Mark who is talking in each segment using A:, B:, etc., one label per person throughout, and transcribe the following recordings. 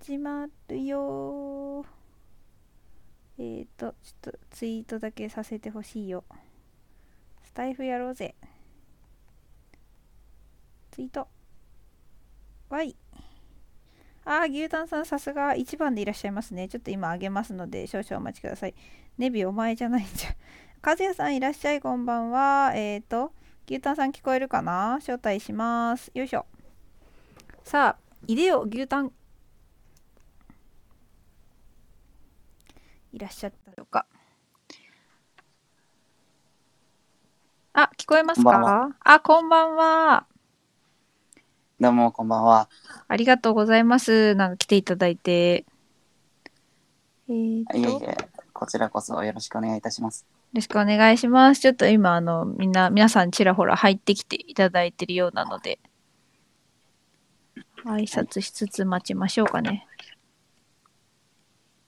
A: 始まるよえっ、ー、とちょっとツイートだけさせてほしいよスタイフやろうぜツイートわいあー牛タンさんさすが1番でいらっしゃいますねちょっと今あげますので少々お待ちくださいネビお前じゃないんじゃ 和也さんいらっしゃいこんばんはえっ、ー、と牛タンさん聞こえるかな招待しますよいしょさあいでよ牛タンいらっしゃったでしょうかあ聞こえますか
B: こんばん
A: あこんばんは
B: どうも、こんばんは。
A: ありがとうございますなんか来ていただいてえー、と
B: いえい
A: よ
B: え、こちらこそよろしくお願いいたします。
A: ろしくお願いしますちょっと今あのみんな皆さんちらほら入ってきていただいてるようなので挨拶しつつ待ちましょうかね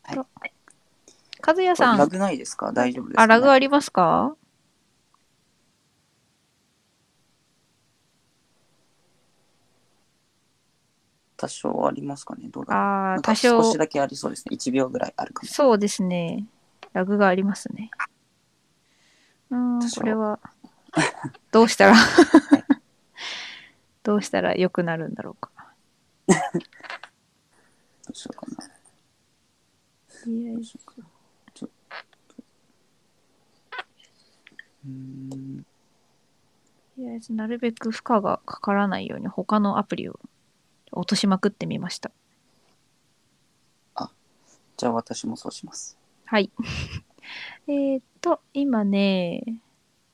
B: はい
A: と和也
B: これ
A: さん
B: ラグないですか大丈夫ですか、
A: あ、ラグありますか
B: 多少ありますかねどうだろう
A: あ
B: な
A: あ、
B: んか
A: 多少
B: 少、しだけありそうですね。1秒ぐらいあるかも。
A: そうですね。ラグがありますね。うーん、
B: 多少
A: これは、 どうしたら、どうしたら良くなるんだろうか。
B: どうしようかな。どうしようかな。ちょっと。うーん。
A: とりあえず、なるべく負荷がかからないように、他のアプリを落としまくってみました。
B: じゃあ私もそうします。
A: はい。 えーっと、今ね、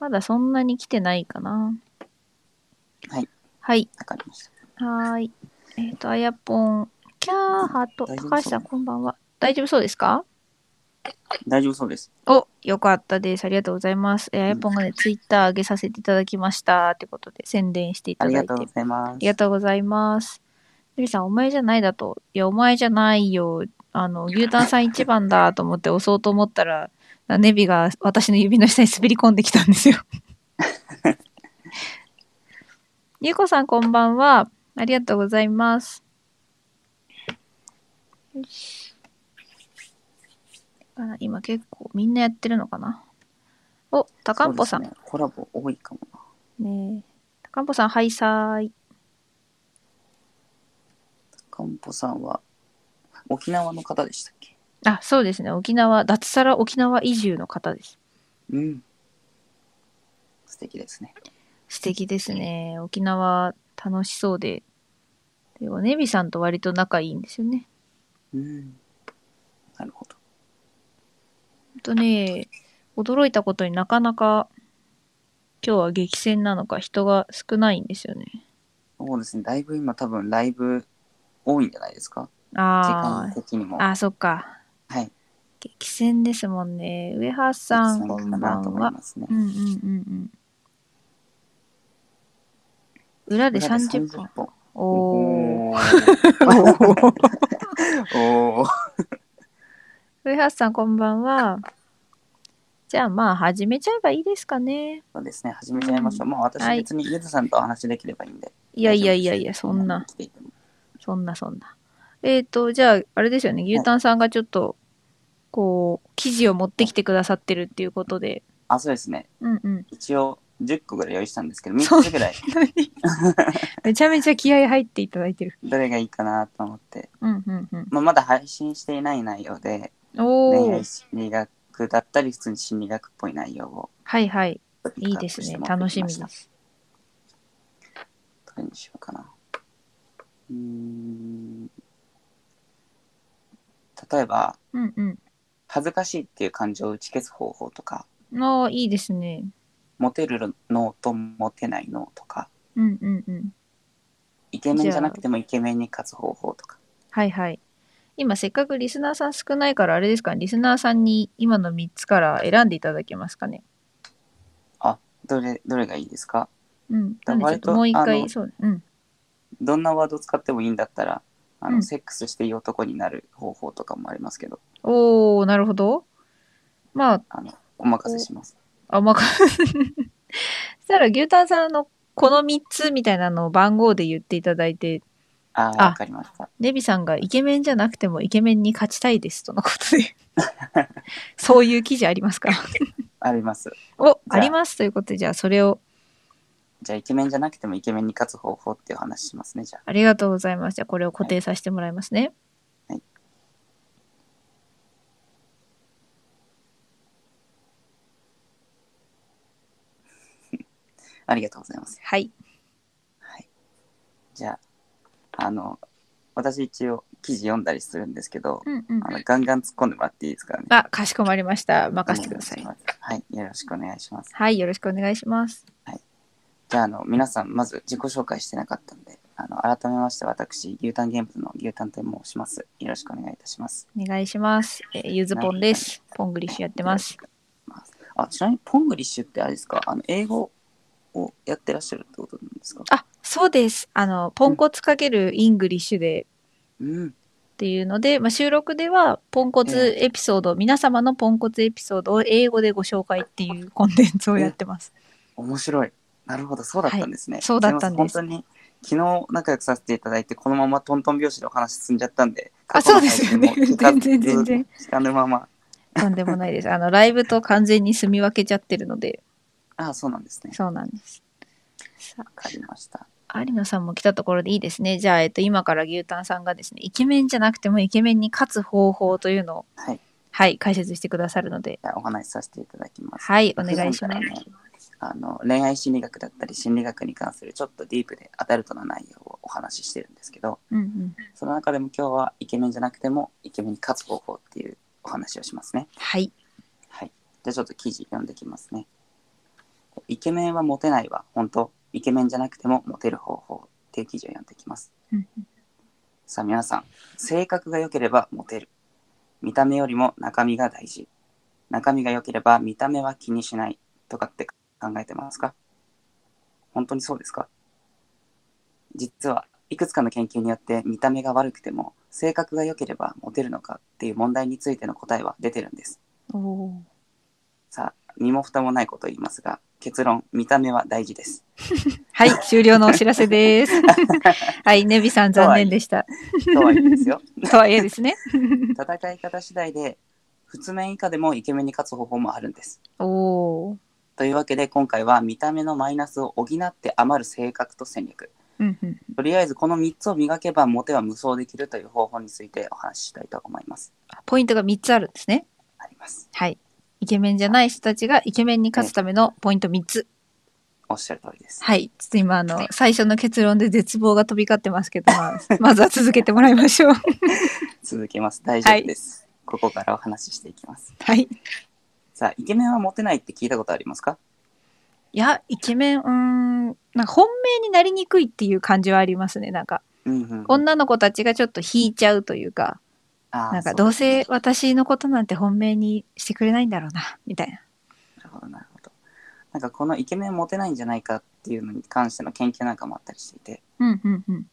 A: まだそんなに来てないかな。
B: はい。
A: はい。
B: わかりました。
A: はーい。えっ、と、あやぽん、キャーハート、
B: 大丈夫そう
A: 高橋さん、こんばんは。大丈夫そうですか
B: 大丈夫そうです。
A: お、よかったです。ありがとうございます。えーあやぽんがね、ツイッター上げさせていただきました。ってことで、宣伝してい
B: あ
A: た
B: り
A: だ
B: が
A: いて。
B: と
A: あ
B: うございます。
A: りがとうございます。ゆりさん、お前じゃないだと。いや、お前じゃないよ。あの、牛タンさん一番だと思って押そうと思ったら、ネビが私の指の下に滑り込んできたんです よ。ゆうこさん、こんばんは。ありがとうございます。よし。あ今結構みんなやってるのかなお、高んぽさん。
B: そ
A: ね
B: うですねコラボ多いかもな。
A: え高んぽさん、はいさーい。
B: かんぽさんは沖縄の方でしたっけ
A: あ、そうですね。沖縄、脱サラ沖縄移住の方です。
B: うん。素敵ですね。
A: 素敵ですね。沖縄楽しそうで。でも、ネビさんと割と仲いいんですよね。
B: うん。なるほど。
A: ほんとね、驚いたことになかなか今日は激戦なのか人が少ないんですよね。
B: そうですね、だいぶ今多分ライブ多いんじゃないですか時
A: あ
B: 間
A: ー
B: 的にも。
A: あ、そっか。
B: はい。
A: 激戦ですもんね。上原さん、こんば
B: かなんと思い
A: は。
B: ますね
A: う。んうんうんうん。裏で
B: 裏で
A: 30分。
B: 本。
A: おお。
B: おー おー。
A: 上原さん、こんばんは。じゃあまあ、始めちゃえばいいですかね。
B: そうですね、始めちゃいましょう。まあ私
A: はい
B: 別にゆずさんとお話できればいいんで。
A: いやいやいやいや、そんな、
B: 来ていても。
A: そんな、そんな。えっ、と、じゃあ、あれですよね。牛タンさんがちょっと、こう、記事を持ってきてくださってるっていうことで。
B: あ、そうですね。
A: うんうん。
B: 一応10個ぐらい用意したんですけど、
A: そう
B: 3つぐらい
A: めちゃめちゃ気合入っていただいてる。
B: どれがいいかなと思って。
A: うんうんうん。
B: まあまだ配信していない内容で、
A: お
B: 恋愛
A: ー。
B: 心理学だったり、普通に心理学っぽい内容を
A: はいはい。
B: ピックアップして持ってきました。
A: いいですね。楽しみです。
B: どれにしようかな。うーん。例えば、
A: うんうん。
B: 恥ずかしいっていう感情を打ち消す方法とか、
A: ああ、いいですね。
B: モテるのとモテないのとか、
A: うんうんうん。
B: イケメンじゃなくてもイケメンに勝つ方法とか。
A: はいはい。今せっかくリスナーさん少ないからあれですかね、リスナーさんに今の3つから選んでいただけますかね。
B: どれ、どれがいいですか
A: うん。な
B: だ
A: んでちょっ
B: 割と
A: ともう一
B: あ
A: 回、
B: の
A: そう、うん。
B: どんなワード使ってもいいんだったら、あの、
A: うん
B: セックスしていい男になる方法とかもありますけど、
A: おおなるほど。まあ、
B: あの、お任せします。
A: あ、まあ、 そしたら牛タンさんのこの3つみたいなのを番号で言っていただいて、
B: あー
A: あ
B: わかりました。
A: ネビさんがイケメンじゃなくてもイケメンに勝ちたいですとのこと でそういう記事ありますか
B: あります。
A: おありますということでじゃあそれを
B: じゃあ、イケメンじゃなくてもイケメンに勝つ方法っていう話しますね、じゃあ。
A: ありがとうございますじゃあこれを固定させてもらいますね
B: はいありがとうございます。
A: はい
B: はい。じゃあ、あの、私一応記事読んだりするんですけど、
A: うんうん
B: あのガンガン突っ込んでもらっていいですからね。
A: あかしこまりました任せてください
B: お願しますはい、よろしくお願いします。
A: はいよろしくお願いします
B: じゃあ、あの、皆さん、まず自己紹介してなかったんで、あの、改めまして、私、牛タン現物の牛タンと申します。よろしくお願いいたします。
A: お願いします、えーゆずぽんですポングリッシュやってます
B: あ、ちなみに、ポングリッシュってあれですかあの、英語をやってらっしゃるってことなんですか
A: あそうですあのポンコツかけるイングリッシュで
B: うん。
A: っていうので、まあ、収録ではポンコツエピソード、皆様のポンコツエピソードを英語でご紹介っていうコンテンツをやってます。
B: 面白い。なるほど、そうだったんですね。
A: いそうだったんです
B: すいませ本当に、昨日仲良くさせていただいて、このままトントン拍子でお話進んじゃったんで、
A: あそうですよね
B: 過去の配信も聞かず
A: 全然全然。
B: 聞かぬまま。
A: とんでもないです。あのライブと完全に住み分けちゃってるので、
B: あ、そうなんですね。
A: そうなんです。さ
B: わかりました。
A: あ、有野さんも来たところでいいですね。じゃあ、えっと、今から牛タンさんがですね、イケメンじゃなくてもイケメンに勝つ方法というのを、
B: はい。
A: はい、解説してくださるので、
B: じゃあ、お話しさせていただきます。
A: はい、お願いしま
B: 普段
A: す
B: か。らねあの恋愛心理学だったり心理学に関するちょっとディープでアダルトな内容をお話ししてるんですけど
A: うんうん。
B: その中でも今日はイケメンじゃなくてもイケメンに勝つ方法っていうお話をしますね。
A: はい。
B: はい、じゃあちょっと記事読んできますね。イケメンはモテないは本当イケメンじゃなくてもモテる方法っていう記事を読んできます。
A: うんうん
B: さあ皆さん性格が良ければモテる見た目よりも中身が大事中身が良ければ見た目は気にしないとかって考えてますか本当にそうですか実はいくつかの研究によって見た目が悪くても性格が良ければモテるのかっていう問題についての答えは出てるんです
A: おー
B: さあ身も蓋もないことを言いますが結論見た目は大事です
A: はい、終了のお知らせ です。はい、ネビさん残念でした。
B: とはいい ですよ
A: とはいえですね。
B: 戦い方次第で普通面以下でもイケメンに勝つ方法もあるんです
A: おお。
B: というわけで今回は見た目のマイナスを補って余る性格と戦略
A: うんうん。
B: とりあえずこの3つを磨けばモテは無双できるという方法についてお話ししたいと思います
A: ポイントが3つあるんですね。
B: あります
A: はい。イケメンじゃない人たちがイケメンに勝つためのポイント3つ。
B: おっしゃる通りです
A: はい。ちょっと今、あの、最初の結論で絶望が飛び交ってますけど、 まあ、まずは続けてもらいま しょう。
B: 続けます大丈夫です、ここからお話ししていきます
A: はい。
B: さあイケメンはモテないって聞いたことありますか
A: いや、イケメン、うーん、なんか本命になりにくいっていう感じはありますね。なんか、
B: うんうん
A: 女の子たちがちょっと引いちゃうというか、
B: あー
A: なんか、
B: そ
A: どう
B: ですね
A: せ私のことなんて本命にしてくれないんだろうな、みたいな。
B: なるほどなるほどなんかこのイケメンモテないんじゃないかっていうのに関しての研究なんかもあったりしていて
A: うんうんうん。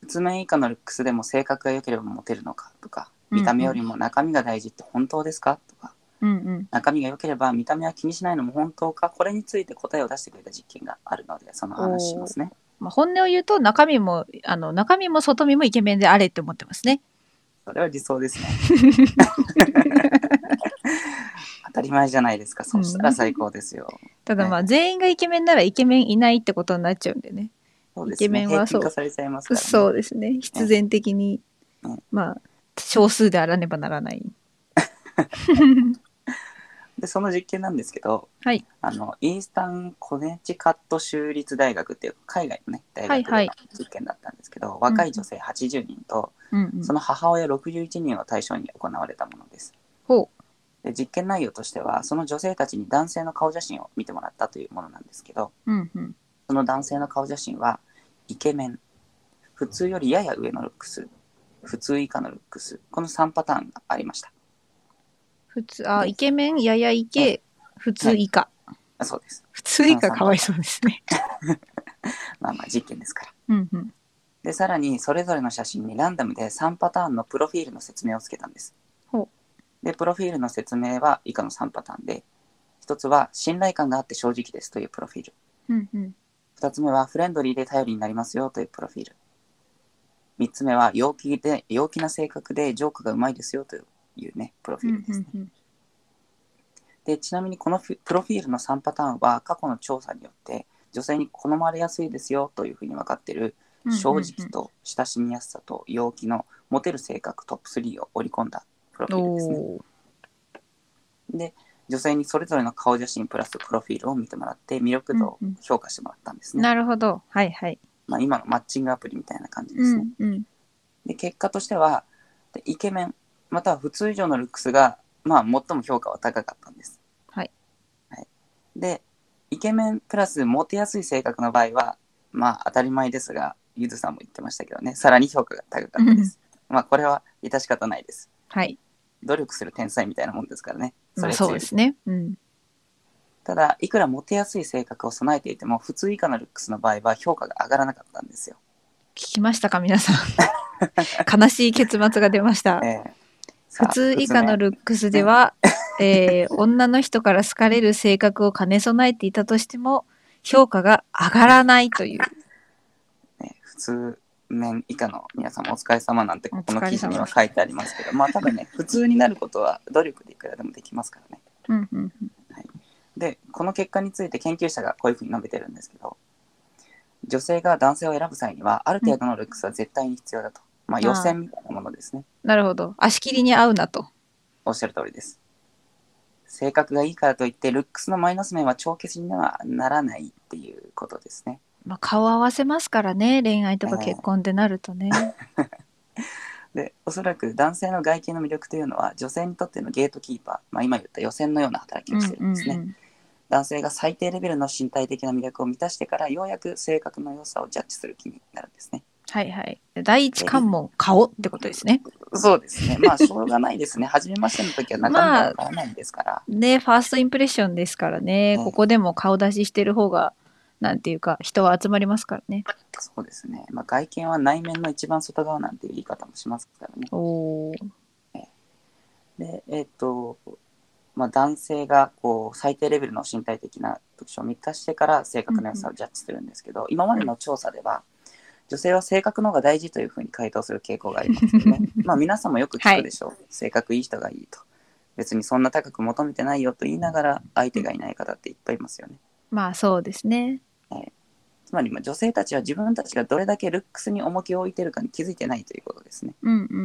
B: 普通面以下のルックスでも性格が良ければモテるのかとか
A: うんうん
B: 見た目よりも中身が大事って本当ですかとか
A: うんうん。
B: 中身が良ければ見た目は気にしないのも本当かこれについて答えを出してくれた実験があるのでその話しますね
A: まあ、本音を言うと中身もあの中身も外身もイケメンであれって思ってますね。
B: それは理想 ですね当たり前じゃないですかそうしたら最高ですよ、
A: ただまあ全員がイケメンならイケメンいないってことになっちゃうんでね。
B: そうですね
A: イケメンはそう
B: 平均化されちゃいますから、ね、
A: そうですね。必然的に
B: うん、
A: まあ少数であらねばなら ない。
B: でその実験なんですけど、
A: はい
B: あのイースタン・コネチカット州立大学っていう海外の、ね、大学
A: はい
B: で
A: は
B: の実験だったんですけど、若い女性80人と、
A: うんうん。
B: その母親61人を対象に行われたものです
A: ほう。
B: で実験内容としてはその女性たちに男性の顔写真を見てもらったというものなんですけど
A: うんうん。
B: その男性の顔写真はイケメン普通よりやや上のルックス普通以下のルックスこの3パターンがありました
A: 普通あイケメンややイケ普通以下。
B: あそうです
A: 普通以下かわいそうですね。
B: まあまあ実験ですから
A: うんうん。
B: でさらにそれぞれの写真にランダムで3パターンのプロフィールの説明をつけたんです
A: ほ
B: でプロフィールの説明は以下の3パターンで1つは信頼感があって正直ですというプロフィール
A: うんうん。
B: 2つ目はフレンドリーで頼りになりますよというプロフィール3つ目は陽気で陽気な性格でジョークがうまいですよというねプロフィールですね、でちなみにこのフィプロフィールの3パターンは過去の調査によって女性に好まれやすいですよというふうに分かっている正直と親しみやすさと陽気のモテる性格トップ3を織り込んだプロフィールですね
A: おー
B: で女性にそれぞれの顔写真プラスプロフィールを見てもらって魅力度を
A: うんうん
B: 評価してもらったんですね、
A: なるほどはいはい、
B: まあ、今のマッチングアプリみたいな感じで
A: う
B: すね、
A: んうん
B: で結果としてはでイケメンまたは普通以上のルックスが、まあ、最も評価は高かったんです。
A: はい
B: はいでイケメンプラスモテやすい性格の場合は、まあ、当たり前ですがゆずさんも言ってましたけどねさらに評価が高かったです。まあこれは致し方ないです。
A: はい、
B: 努力する天才みたいなもんですからね。
A: まあ、
B: れ強
A: そうで
B: い
A: すねうん
B: ただいくらモテやすい性格を備えていても普通以下のルックスの場合は評価が上がらなかったんですよ。
A: 聞きましたか皆さん 悲しい結末が出ました
B: ええ
A: 普通以下の
B: ル
A: ルックスでは、えー女の人から好かれる性格を兼ね備えていたとしても評価が上がらないという
B: ね、普通面以下の皆様お疲れ様なんて
A: お
B: ここ
A: 疲れ様
B: の記事には書いてありますけどまあ多分ね 普通になることは努力でいくらでもできますからね
A: うんうん
B: でこの結果について研究者がこういうふうに述べてるんですけど女性が男性を選ぶ際にはある程度のルックスは絶対に必要だと、まあ予選みたいなものですね
A: なるほど足切りに合うなと
B: おっしゃる通りです性格がいいからといってルックスのマイナス面は帳消しにはならないっていうことですね
A: まあ、顔合わせますからね恋愛とか結婚ってなるとね、
B: でおそらく男性の外見の魅力というのは女性にとってのゲートキーパー、まあ、今言った予選のような働き
A: う
B: を
A: ん
B: してるんですね、
A: うんうん
B: 男性が最低レベルの身体的な魅力を満たしてからようやく性格の良さをジャッジする気になるんですね
A: はいはい第一関門顔ってことですね
B: そうです ねまあしょうがないですね初めましての時は中身がわからないですから、
A: ねファーストインプレッションですからね、
B: うん
A: ここでも顔出ししてる方がなんていうか人は集まりますからね
B: そうですね、まあ、外見は内面の一番外側なんていう言い方もしますからね
A: おお
B: でえっ、とまあ、男性がこう最低レベルの身体的な特徴を満たしてから性格の良さをジャッジするんですけど、今までの調査では女性は性格の方が大事というふうに回答する傾向がありますよ ねまあ皆さんもよく聞くでしょう、性格いい人がいいと別にそんな高く求めてないよと言いながら相手がいない方っていっぱいいますよね
A: まあそうですね
B: つまりまあ女性たちは自分たちがどれだけルックスに重きを置いてるかに気づいてないということですね、
A: うんうんうんう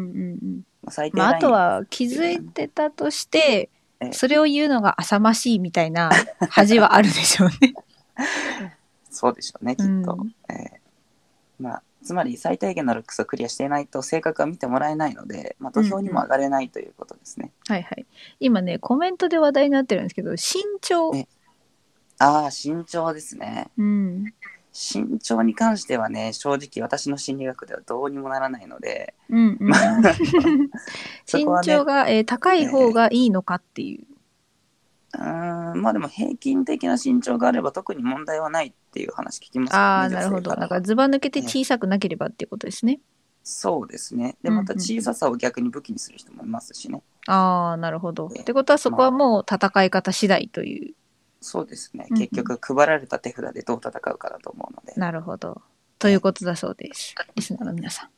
A: ん
B: まあ、最低
A: まあ、あ
B: ライン
A: とは気づいてたとして
B: ええ
A: それを言うのが浅ましいみたいな 恥はあるでしょうね。
B: そうでしょうね、きっと。
A: うん
B: えーまあ、つまり最低限のルックスをクリアしていないと性格は見てもらえないので、まあ、土俵にも上がれないということですね。
A: はいはい、今ねコメントで話題になってるんですけど身長、
B: えああ、身長ですね。
A: うん
B: 身長に関してはね、正直私の心理学ではどうにもならないので、
A: うんうん、
B: そ
A: 身
B: こはね
A: 長が、えー高い方がいいのかっていう、
B: うーん、まあでも平均的な身長があれば特に問題はないっていう話聞きますよね
A: ああ
B: 女
A: な
B: 性
A: るほど
B: から
A: なんかずば抜けて小さくなければっていうことですね。
B: そうですね。で、
A: うん
B: また小ささを逆に武器にする人もいますしね。
A: ああなるほど。
B: ええ
A: ってことはそこはもう戦い方次第という。
B: そうですね。
A: うんうん
B: 結局、配られた手札でどう戦うかだと思うので。
A: なるほど。ということだそうです。リスナーの皆さん。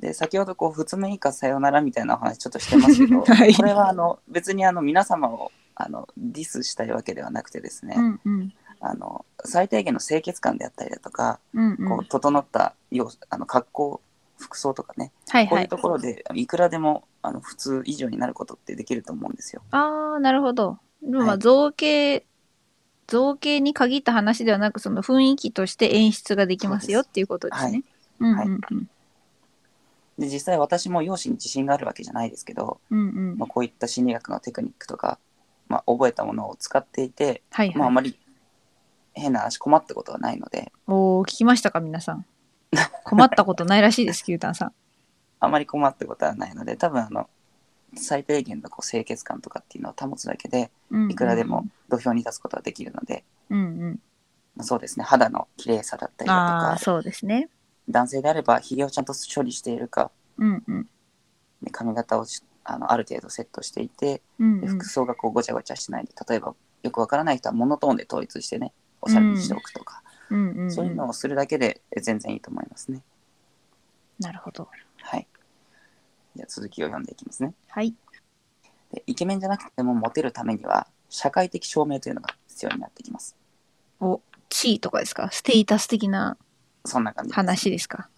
B: で先ほどこう普通面以下さよならみたいなお話ちょっとしてますけ ど、
A: はい
B: これはあの別にあの皆様をあのディスしたいわけではなくてですね、
A: うんうん
B: あの最低限の清潔感であったりだとか、
A: うんう
B: こ
A: ん
B: う、整ったようあの格好服装とかね、
A: はい
B: こう。
A: はいいう
B: ところでいくらでもあの普通以上になることってできると思うんですよ。
A: ああ、なるほど。でもま
B: は
A: あ
B: い
A: 造形、造形に限った話ではなく、その雰囲気として演出ができますよ
B: そう
A: っていうことですね。うん
B: はい
A: うんうん
B: で実際私も容姿に自信があるわけじゃないですけど、
A: うんうん
B: まあ、こういった心理学のテクニックとか、まあ、覚えたものを使っていて、
A: はい
B: まあ、あ
A: はい。
B: まり変な話困ったことはないので。
A: おお聞きましたか皆さん。困ったことないらしいです、キュータンさん。
B: あまり困ったことはないので多分あの最低限のこう清潔感とかっていうのを保つだけで
A: うんうん
B: いくらでも。土俵に立つことができるので、
A: うんうん。
B: まあそうですね肌の綺麗さだったりだと
A: ああ、
B: か
A: そうですね。
B: 男性であればひげをちゃんと処理しているか
A: うんうん。
B: で髪型をしあのある程度セットしていて
A: うん
B: で
A: うん
B: 服装がこうごちゃごちゃしないで例えばよくわからない人はモノトーンで統一してねおしゃれにしておくとか、
A: うんうんうん
B: そういうのをするだけでえ全然いいと思いますね。
A: なるほど。
B: はい。じゃあ続きを読んでいきますね。
A: はい。
B: でイケメンじゃなくてもモテるためには社会的証明というのが必要になってきます。
A: お、地位とかですかステータス的な
B: そんな感じです。
A: 話ですか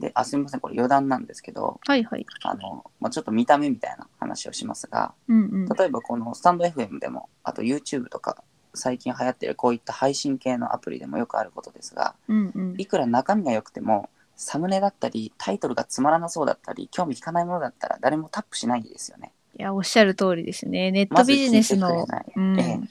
B: で、あ、すみません。これ余談なんですけど、
A: はいはい。
B: あの、まあ、ちょっと見た目みたいな話をしますが、
A: うんうん。
B: 例えばこのスタンド FM でも、あと YouTube とか、最近流行ってるこういった配信系のアプリでもよくあることですが、
A: うんうん。
B: いくら中身が良くても、サムネだったり、タイトルがつまらなそうだったり、興味引かないものだったら誰もタップしないですよね。
A: いや、おっしゃる通りですね。ネット
B: まず
A: ビジネスの、
B: 聞いてく
A: う
B: れない
A: ん、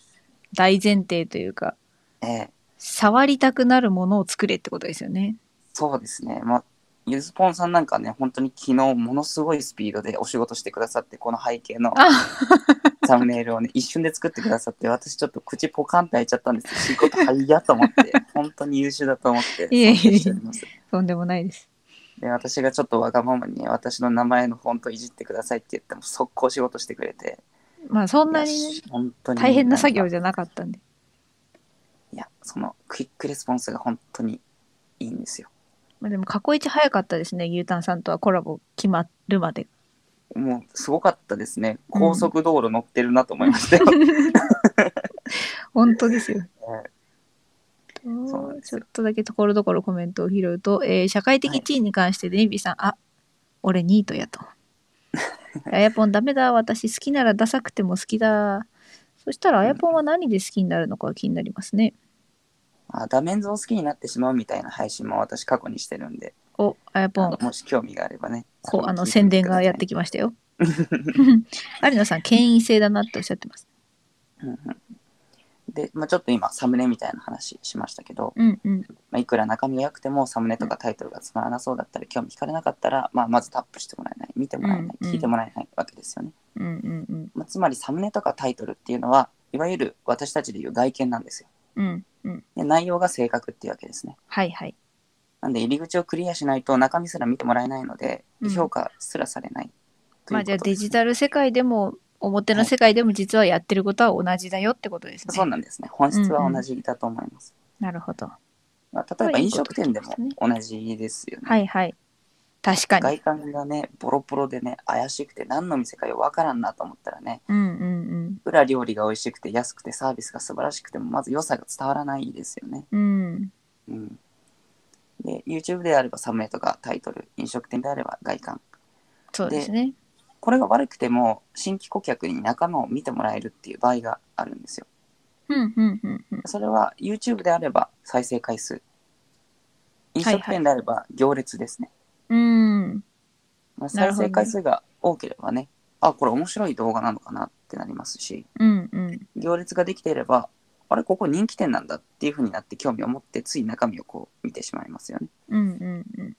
A: 大前提というか、
B: ええええ
A: 触りたくなるものを作れってことですよね。
B: そうですね。まあ、ゆずぽんさんなんかね、本当に昨日ものすごいスピードでお仕事してくださって、この背 景の
A: あ、
B: サムネイルをね、一瞬で作ってくださって、私ちょっと口ポカンって開いちゃったんですけど、仕事早いと思 って、本当に優秀だと思って、
A: いえいえ
B: 尊敬しております
A: とんでもないです。
B: で、私がちょっとわがままにね、私の名前のフォントいじってくださいって言っても、速攻仕事してくれて、
A: まあ、そんない
B: や
A: にね、
B: 本当に
A: 大変な作業
B: んか
A: じゃなかったんで。
B: いや、そのクイックレスポンスが本当にいいんですよ。
A: まあ、でも、過去一早かったですね。牛タンさんとはコラボ決まるまで。
B: もうすごかったですね。高速道路乗ってるなと思いましたよ。
A: 本当ですよ。
B: そうなんです
A: ちょ
B: よ
A: っとだけところどころコメントを拾うと、えー社会的地位に関してネイビーさん、あ俺ニートや と。あやぽんダメだ、私好きならダサくても好きだ。そしたらあやぽんは何で好きになるのかが気になりますね。
B: あダメンズを好きになってしまうみたいな配信も私過去にしてるんで、
A: お、あやぽ
B: あ
A: ん
B: の、もし興味があればね。
A: こう、あの、宣伝がやって
B: き
A: きました よ。有野さん、権威性だなっておっしゃってます。
B: で、まあ、ちょっと今サムネみたいな話しましたけど、
A: うんうん。
B: まあ、いくら中身が良くてもサムネとかタイトルがつまらなそうだったり興味惹かれなかったら、まあ、まずタップしてもらえない見てもらえない、
A: うんうん
B: 聞いてもらえないわけですよね、
A: うんうんうん。
B: まあ、つまりサムネとかタイトルっていうのはいわゆる私たちでいう外見なんですよ
A: うんうん。
B: で内容が性格っていうわけですね
A: はいはい。
B: なんで入り口をクリアしないと中身すら見てもらえないので
A: うん
B: 評価すらされないということですね、
A: まあじゃあデジタル世界でも、表の世界でも実はやってることは同じだよってことですね。
B: そうなんですね本質は同じだと思います、
A: なるほど。
B: まあ、例えば
A: いい
B: 飲
A: こと
B: 食店でも
A: 聞きま
B: 同じですよね
A: はいはい。確かに。
B: 外観がねボロボロでね怪しくて何の店かよ分からんなと思ったらね
A: うんうん
B: 裏料理が美味しくて安くてサービスが素晴らしくてもまず良さが伝わらないですよね。
A: うん。うん。
B: うん、で YouTube であればサムネとかタイトル飲食店であれば外観
A: そうですね。
B: これが悪くても新規顧客に仲間を見てもらえるっていう場合があるんですよ。
A: うんうんうんうん。
B: それは YouTube であれば再生回数飲
A: はい
B: 食店であれば行列ですね。
A: うん。
B: まあ
A: なるほど
B: 再
A: ね
B: 生回数が多ければねあこれ面白い動画なのかなってなりますし
A: うんうん。
B: 行列ができていればあれここ人気店なんだっていう風になって興味を持ってつい中身をこう見てしまいますよね、
A: うんうんうん。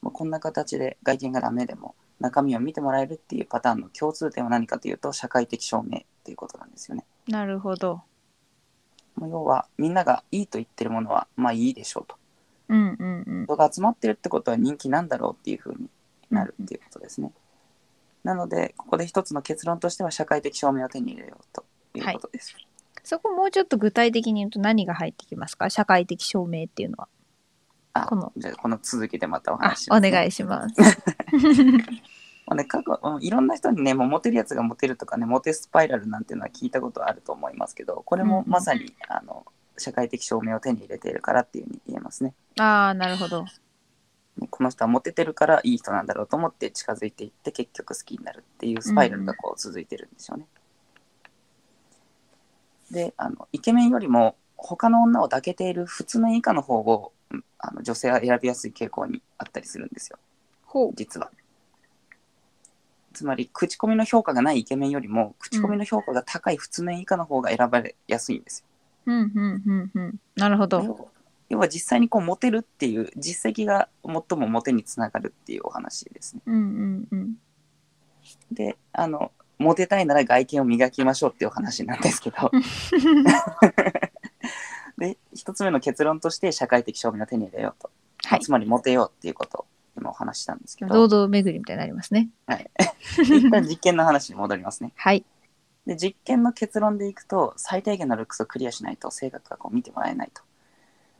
B: まあ、こんな形で外見がダメでも中身を見てもらえるっていうパターンの共通点は何かというと社会的証明っていうことなんですよね、
A: なるほど。
B: まあ、要はみんながいいと言ってるものはまあいいでしょうと
A: うんうんうん。
B: 人が集まってるってことは人気なんだろうっていう風になるっていうことですねなのでここで一つの結論としては社会的証明を手に入れようということです、
A: そこもうちょっと具体的に言うと何が入ってきますか社会的証明っていうのは。
B: あ
A: この
B: じゃあこの続きでまたお
A: あ
B: 話し、ま
A: お
B: すね
A: 願いします。
B: まあね、過去うんいろんな人にねもうモテるやつがモテるとかねモテスパイラルなんていうのは聞いたことあると思いますけどこれ
A: うん
B: も
A: うん
B: まさに、あの社会的証明を手に入れているからっていうふうに言えますね。
A: ああ、なるほど。
B: ねこの人はモテてるからいい人なんだろうと思って近づいていって結局好きになるっていうスパイラルがこう続いてるんでしょうね。であのイケメンよりも他の女を抱けている普通の以下の方をうんあの女性は選びやすい傾向にあったりするんですよ。
A: ほう。
B: 実は。つまり、口コミの評価がないイケメンよりも、口コミの評価が高い普通面以下の方が選ばれやすいんです
A: うんうんうんうん。なるほ
B: よ。
A: ど。
B: 要要は実際にこうモテるっていう実績が最もモテにつながるっていうお話ですね。
A: うんうんうん。
B: で、あの、モテたいなら外見を磨きましょうっていうお話なんですけど、 で、一つ目の結論として社会的証明を手に入れようと。
A: はい。
B: つまりモテようっていうことを今お話ししたんですけ
A: 堂
B: ど、
A: 々巡りみたいになりますね。
B: 一旦実験の話に戻りますね。
A: はい。
B: で実験の結論でいくと最低限のルックスをクリアしないと性格がこう見てもらえないと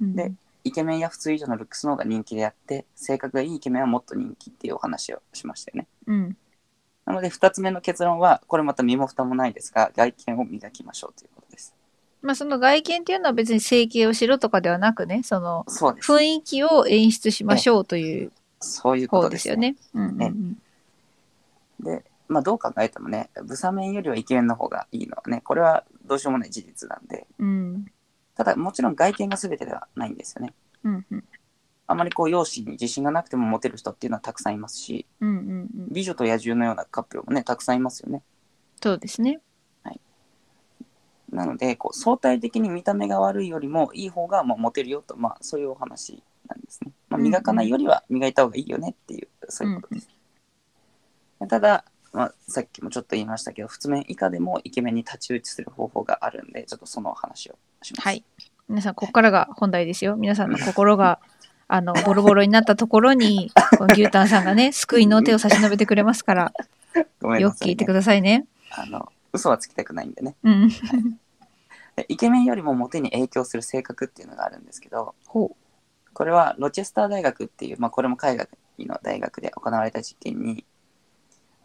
A: うん
B: でイケメンや普通以上のルックスの方が人気であって性格がいいイケメンはもっと人気っていうお話をしましたよね
A: うん。
B: なので2つ目の結論はこれまた身も蓋もないですが外見を磨きましょうということです
A: まあその外見っていうのは別に整形をしろとかではなくね、その
B: そうです
A: 雰囲気を演出しましょうという
B: そういうこ
A: 方
B: と
A: で
B: ですす
A: よ
B: よね
A: ね。うんうんうん。
B: で、まあ、どう考えてもねブサメンよりはイケメンの方がいいのはねこれはどうしようもない事実なんで
A: うん
B: ただもちろん外見が全てではないんですよね
A: うんうん
B: あまりこう容姿に自信がなくてもモテる人っていうのはたくさんいますし
A: うんうん。
B: 美女と野獣のようなカップルもねたくさんいますよね
A: そうですね。
B: なのでこう相対的に見た目が悪いよりもいい方がまあモテるよと、まあ、そういうお話なんですね、まあ、
A: うんうん
B: 磨かないよりは磨いた方がいいよねっていうそういうことです、ただ、まあ、さっきもちょっと言いましたけど普通面以下でもイケメンに太刀打ちする方法があるんでちょっとそのお話をします
A: はい。皆さん、ここからが本題ですよ。皆さんの心が、あの、ボロボロになったところに、この牛タンさんがね、 救いの手を差し伸べてくれますから、
B: ごめん
A: よ
B: な
A: く
B: さ
A: 聞
B: い、
A: いてく
B: ね、
A: ださいね。
B: あの嘘はつきたくないんでね
A: うん。
B: でイケメンよりもモテに影響する性格っていうのがあるんですけど
A: ほ
B: これはロチェスター大学っていう、まあ、これも海外の大学で行われた実験に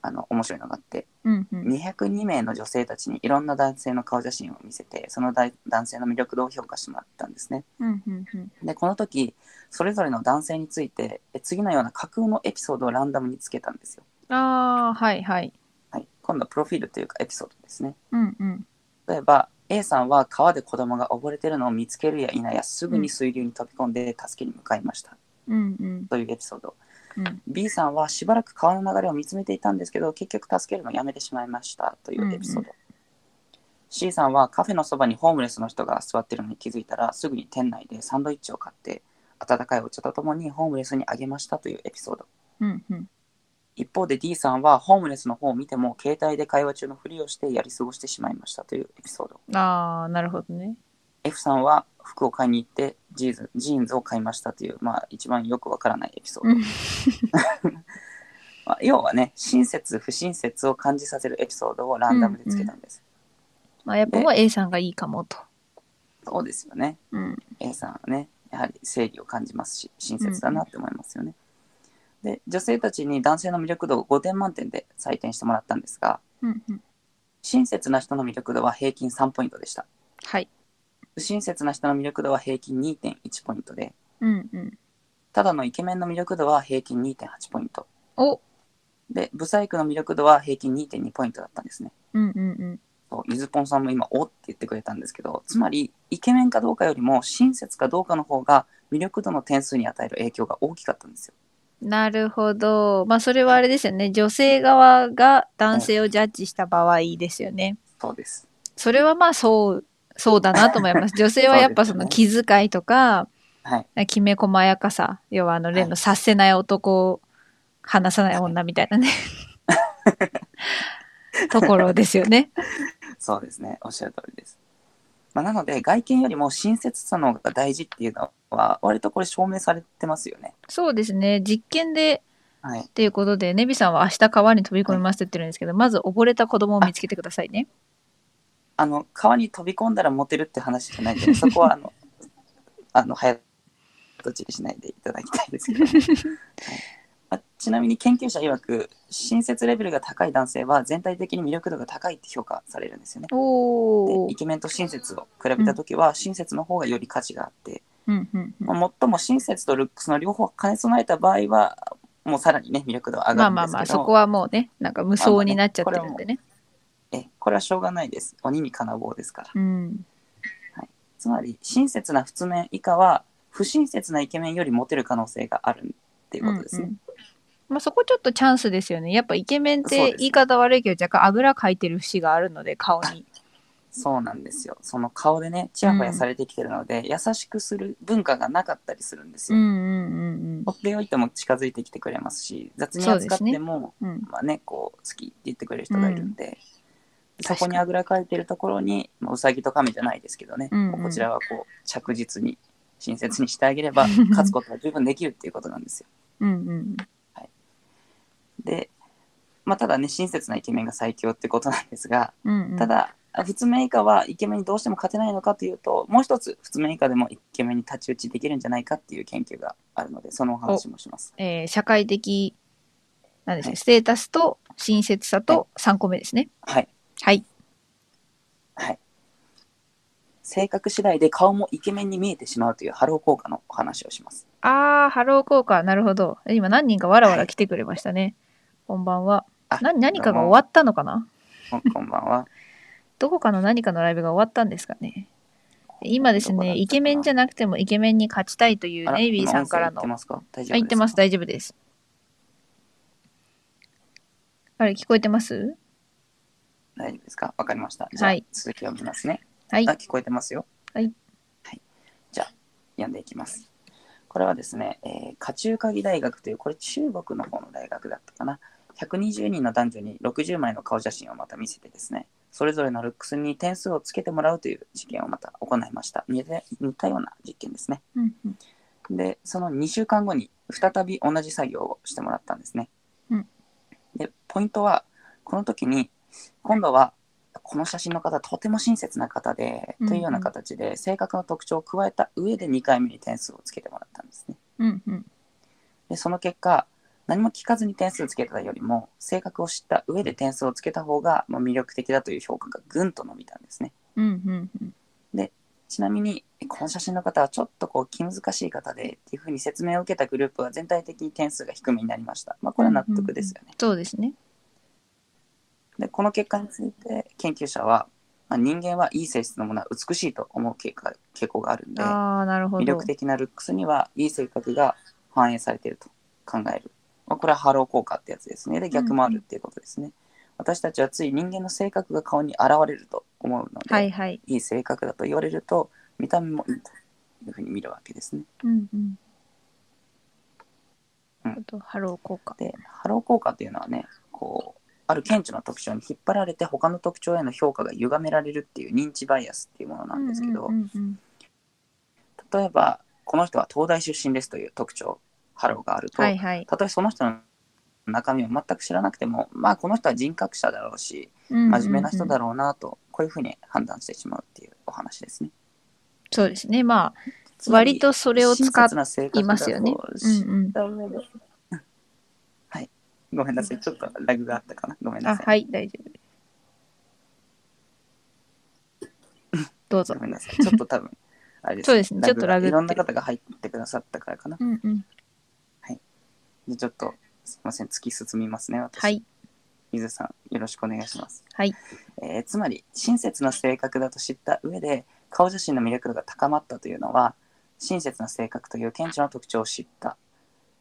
B: あの面白いのがあって
A: う。うんうん。
B: 202名の女性たちにいろんな男性の顔写真を見せてその男男性の魅力度を評価してもらったんですね
A: うんうんうん。
B: でこの時それぞれの男性についてえ次のような架空のエピソードをランダムにつけたんですよ、
A: ああ、はいはい。
B: はい、今度はプロフィールというかエピソードですね
A: うんうん。
B: 例えば A さんは川で子供が溺れてるのを見つけるや否やすぐに水流に飛び込んで助けに向かいました
A: うんうん
B: というエピソード
A: うん。
B: B さんはしばらく川の流れを見つめていたんですけど結局助けるのをやめてしまいましたというエピソード、
A: うん
B: C さんはカフェのそばにホームレスの人が座ってるのに気づいたらすぐに店内でサンドイッチを買って温かいお茶とともにホームレスにあげましたというエピソード
A: うんうん。
B: 一方で D さんはホームレスの方を見ても携帯で会話中のふりをしてやり過ごしてしまいましたというエピソード
A: ああ、なるほどね。
B: F さんは服を買いに行ってジーズジーンズを買いましたという、まあ、一番よくわからないエピソード
A: うん。
B: まあ、要はね親切不親切を感じさせるエピソードをランダムでつけたんです、
A: まあ、やっぱもう A さんがいいかもと。
B: そうですよね
A: うん。
B: A さんはねやはり正義を感じますし親切だなって思いますよね、で女性たちに男性の魅力度を5点満点で採点してもらったんですが
A: うんうん。
B: 親切な人の魅力度は平均3ポイントでした
A: はい。
B: 不親切な人の魅力度は平均2.1ポイントで
A: うんうん。
B: ただのイケメンの魅力度は平均2.8ポイント
A: お
B: でブサイクの魅力度は平均2.2ポイントだったんですね
A: うんうんうん。
B: そうゆずぽんさんも今「お」って言ってくれたんですけどつまりイケメンかどうかよりも親切かどうかの方が魅力度の点数に与える影響が大きかったんですよ。
A: なるほど。まあ、それはあれですよね。女性側が男性をジャッジした場合ですよね。
B: そうです。
A: それはまあ、そう、そうだなと思い ます。女性はやっぱその
B: そうで
A: 気遣いとか、
B: はい。
A: きめ細やかさ。要はあの、例
B: は
A: の察せない男、話さない女みたい なね。ところですよね。
B: そうですね。おっしゃる通りです。まあ、なので外見よりも親切さの方が大事っていうのは割とこれ証明されてますよね。
A: そうですね。実験で
B: はい
A: っ。ていうことで、ネビさんは明日川に飛び込みますって言ってるんですけど、まず溺れた子供を見つけてくださいね。
B: あの川に飛び込んだらモテるって話じゃない んでそこはあのあの早とちりしないでいただきたいです けど、はいまあちなみに研究者曰く親切レベルが高い男性は全体的に魅力度が高いって評価されるんですよね。
A: お
B: でイ
A: ー。
B: ケメンと親切を比べた時は親切の方がより価値があって、
A: うんうんうん。
B: まあ、最も親切とルックスの両方を兼ね備えた場合はもうさらにね魅力度は
A: ま
B: 上が
A: あ
B: るん
A: まあ
B: ですけど、
A: まあ、そこはもうね、なんか無双になっちゃってるんでね。
B: えこれはしょうがないです鬼に金棒ですから。
A: うん。
B: つまり親切な普通面以下は不親切なイケメンよりモテる可能性があるっていうことですね。
A: うんうんまあ、そこちょっとチャンスですよね。やっぱイケメンっ
B: そう
A: て
B: ですね
A: 言い方悪いけど、若干あぐらかいてる節があるので、顔に。
B: そうなんですよ。その顔でね、チヤホヤされてきてるので、優しくする文化がなかったりするんです
A: う
B: よ。
A: んうんうん
B: ほっぺおいても近づいてきてくれますし、雑に扱っても、
A: うん。うん、
B: まあね、こう、好きって言ってくれる人がいるんで、そこ
A: 確か
B: に
A: に
B: あぐらかいてるところに、まあ、うさぎと亀じゃないですけどね、
A: うんうん
B: こちらはこう、着実に、親切にしてあげれば、勝つことが十分できるっていうことなんですよ。
A: うんうん。
B: で、まあ、ただね親切なイケメンが最強ってことなんですが
A: うんうん。
B: た、だ、あ普通面以下はイケメンにどうしても勝てないのかというともう一つ普通面以下でもイケメンに太刀打ちできるんじゃないかっていう研究があるのでそのお話もします
A: えー社会的、なんです
B: は
A: ね、
B: い
A: ステータスと親切さと3個目ですね。
B: はい
A: はい。
B: はい性格次第で顔もイケメンに見えてしまうというハロー効果のお話をします
A: あー、ハロー効果、なるほど。今何人かわらわら来てくれましたね。こんばんは。
B: あ
A: な何かが
B: どうも
A: 終わったのかな
B: こんこんばんは
A: どこかの何かのライブが終わったんですかね。今です
B: どこだったかな
A: ね、イケメンじゃなくてもイケメンに勝ちたいという
B: あら
A: ネイビーさんから
B: 今
A: の
B: 音声言ってますか大丈夫ですか
A: あ、言ってます、大丈夫です。あれ、聞こえてます
B: 大丈夫ですかわかりましたじゃあ、
A: はい
B: 続きを見ますね
A: はい
B: あ。聞こえてますよ
A: はい、
B: はいじゃあ読んでいきますこれはですね、えー、カチューカギ大学というこれ中国の方の大学だったかな120人の男女に60枚の顔写真をまた見せてですねそれぞれのルックスに点数をつけてもらうという試験をまた行いました似て似たような実験ですね
A: うんうん
B: でその2週間後に再び同じ作業をしてもらったんですね、
A: うん
B: でポイントはこの時に今度はこの写真の方とても親切な方で、
A: うんうん
B: というような形で性格の特徴を加えた上で2回目に点数をつけてもらったんですね
A: うんうん。
B: でその結果何も聞かずに点数つけたよりも性格を知った上で点数をつけた方がまあ魅力的だという評価がぐんと伸びたんですね
A: うんうんうん。
B: ちなみにこの写真の方はちょっとこう気難しい方でっていうふうに説明を受けたグループは全体的に点数が低めになりました。まあ、これは納得ですよね。
A: そうですね。
B: でこの結果について研究者は、まあ、人間はいい性質のものは美しいと思う傾向傾向があるんで
A: ああ、なるほど
B: 魅力。的なルックスにはいい性格が反映されていると考える、まあ、これはハロー効果ってやつですねで逆もあるっていうことですね、私たちはつい人間の性格が顔に現れると思うので、
A: はい
B: い、
A: はい。
B: い性格だと言われると見た目もいいというふうに見るわけですね
A: うんうん。
B: うん
A: あと、ハロー効果。
B: でハロー効果というのはねこうある顕著な特徴に引っ張られて他の特徴への評価が歪められるっていう認知バイアスっていうものなんですけど、
A: うんうんうん
B: 例えばこの人は東大出身ですという特徴ハローがあると、
A: はいはい。
B: たとえその人の中身を全く知らなくてもまあこの人は人格者だろうし真
A: 真
B: 面目な人だ
A: ろ
B: ろうなと、こういうふうに判断してしまうっていうお話ですね。
A: そうですね。まあ、
B: つまり
A: 割とそれを使っ
B: 親切な性
A: て
B: 格
A: い
B: だ
A: ますよね
B: と。
A: うんうん。
B: ダメだ。はい。ごめんなさい。ちょっとラグがあったかな。ごめんな
A: あ、
B: さい。
A: はい、大丈夫です。どうぞ
B: ご。めんなさい。ちょっと多分、あれです
A: そうですねちょっとラグってる
B: いろんな方が入ってくださったからかな。
A: うんうん。
B: でちょっと、すいません。突き進みますね。私、
A: はい。
B: 伊豆さん、よろしくお願いします。
A: はい。
B: えーつまり、親切な性格だと知った上で、顔写真の魅力度が高まったというのは、親切な性格という顕著な特徴を知った。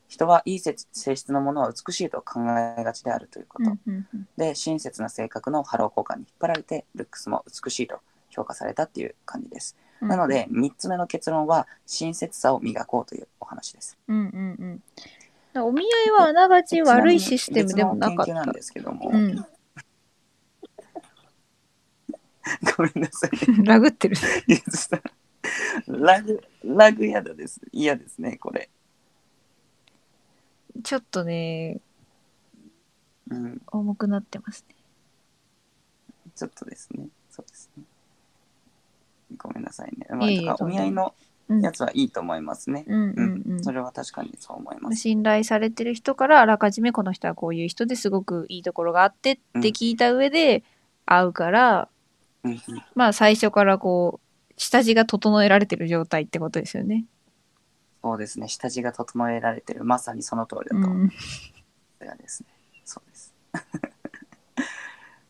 B: 人はいい性性質のものは美しいと考えがちであるというこ
A: う
B: と。
A: んうんうん
B: で、親切な性格のハロー効果に引っ張られて、ルックスも美しいと評価されたっていう感じです。
A: うん
B: なので、3つ目の結論は、親切さを磨こうというお話です。
A: うんうんうん。だからお見合いはあながち悪いシステムでもなかっ
B: 別の研究な
A: た。
B: んですけども、
A: うん。
B: ごめんなさい。
A: ラグってる。
B: ゆずさんラグ、ラグやだです。嫌ですね、これ。
A: ちょっとね、
B: うん、
A: 重くなってますね。
B: ちょっとですね。そうですね。ごめんなさいね。まあ、
A: いえいえ
B: だからお見合いの
A: うん
B: やつはいいと思いますね。
A: うんうんうん。
B: それは確かにそう思います。
A: 信頼されてる人からあらかじめこの人はこういう人ですごくいいところがあってって聞いた上で会うから、
B: うんうん
A: まあ最初からこう下地が整えられてる状態ってことですよね。
B: そうですね。下地が整えられてる。まさにその通りだと
A: う
B: 思い
A: ん、
B: ますさすがですね。そうです。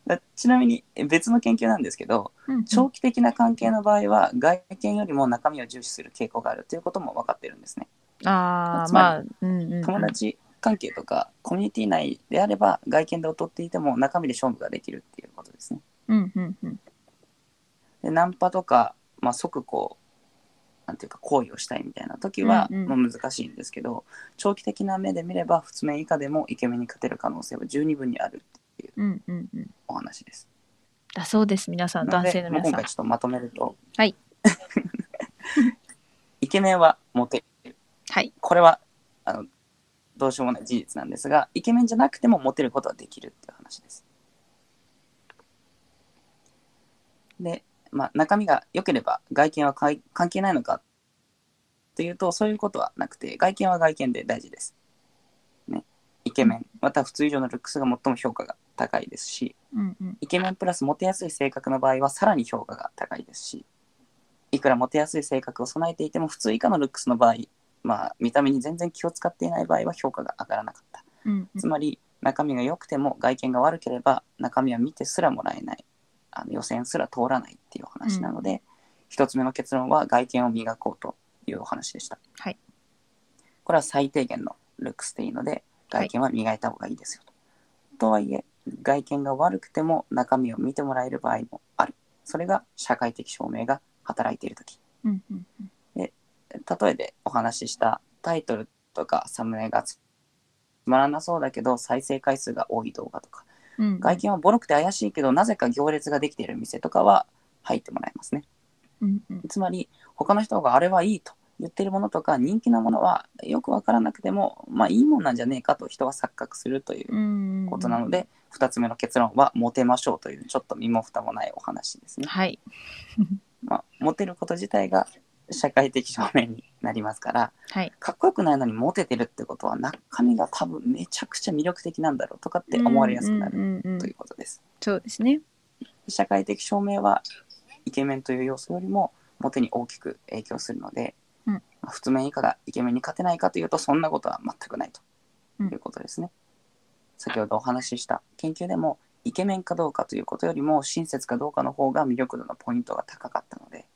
B: だちなみにえ別の研究なんですけど、長期的な関係の場合は外見よりも中身を重視する傾向があるということも分かってるんですね。
A: ああ
B: つ
A: まあう
B: ま
A: んうんうん
B: 友達関係とかコミュニティ内であれば外見で劣っていても中身で勝負ができるっていうことですね。
A: うんうんうん
B: でナンパとか、まあ、即こうなんていうか行為をしたいみたいな時は、
A: うんうん
B: まあ、難しいんですけど長期的な目で見れば普通面以下でもイケメンに勝てる可能性は十二分にあるっていう
A: うんうんうん
B: お話です。
A: だそうです皆さん
B: なの
A: 男
B: で
A: 性の
B: まあ
A: 皆さん
B: 今回ちょっとまとめると、
A: はい
B: イケメンはモテる
A: はい
B: これはあのどうしようもない事実なんですがイケメンじゃなくてもモテることはできるっていう話ですで、まあ、中身が良ければ外見はかい関係ないのかというと、そういうことはなくて、外見は外見で大事です。ね、イケメン、または普通以上のルックスが最も評価が高いですし、
A: うんうん
B: イケメンプラスモテやすい性格の場合はさらに評価が高いですし、いくらモテやすい性格を備えていても普通以下のルックスの場合、まあ見た目に全然気を使っていない場合は評価が上がらなかった。
A: うんうん
B: つまり中身が良くても外見が悪ければ中身は見てすらもらえない、あの予選すら通らないっていうお話なので、一つ目の結論は外見を磨こうというお話でした。
A: はい
B: これは最低限のルックスでいいので、外見は磨いた方がいいですよと。とはいえ、外見が悪くても中身を見てもらえる場合もある。それが社会的証明が働いているとき。
A: うんうんうん
B: 例えでお話ししたタイトルとかサムネがつまらなそうだけど再生回数が多い動画とか、
A: うん
B: 外見はボロくて怪しいけどなぜか行列ができている店とかは入ってもらえますね。
A: うんうん
B: つまり他の人があれはいいと言ってるものとか人気なものはよくわからなくてもまあいいもんなんじゃねえかと人は錯覚するという
A: うんうん
B: ことなので、2つ目の結論はモテましょうというちょっと身も蓋もないお話ですね。
A: はい
B: まあ、モテること自体が社会的証明になりますから
A: はい
B: かっこよくないのにモテてるってことは中身が多分めちゃくちゃ魅力的なんだろうとかって思われやすくな
A: う
B: る
A: んうんうん
B: と
A: うん
B: いうことです。
A: そうですね
B: 社会的証明はイケメンという要素よりもモテに大きく影響するので、
A: うん
B: まあ普通面以下がイケメンに勝てないかというとそんなことは全くないと
A: うん
B: いうことですね。先ほどお話しした研究でもイケメンかどうかということよりも親切かどうかの方が魅力度のポイントが高かったので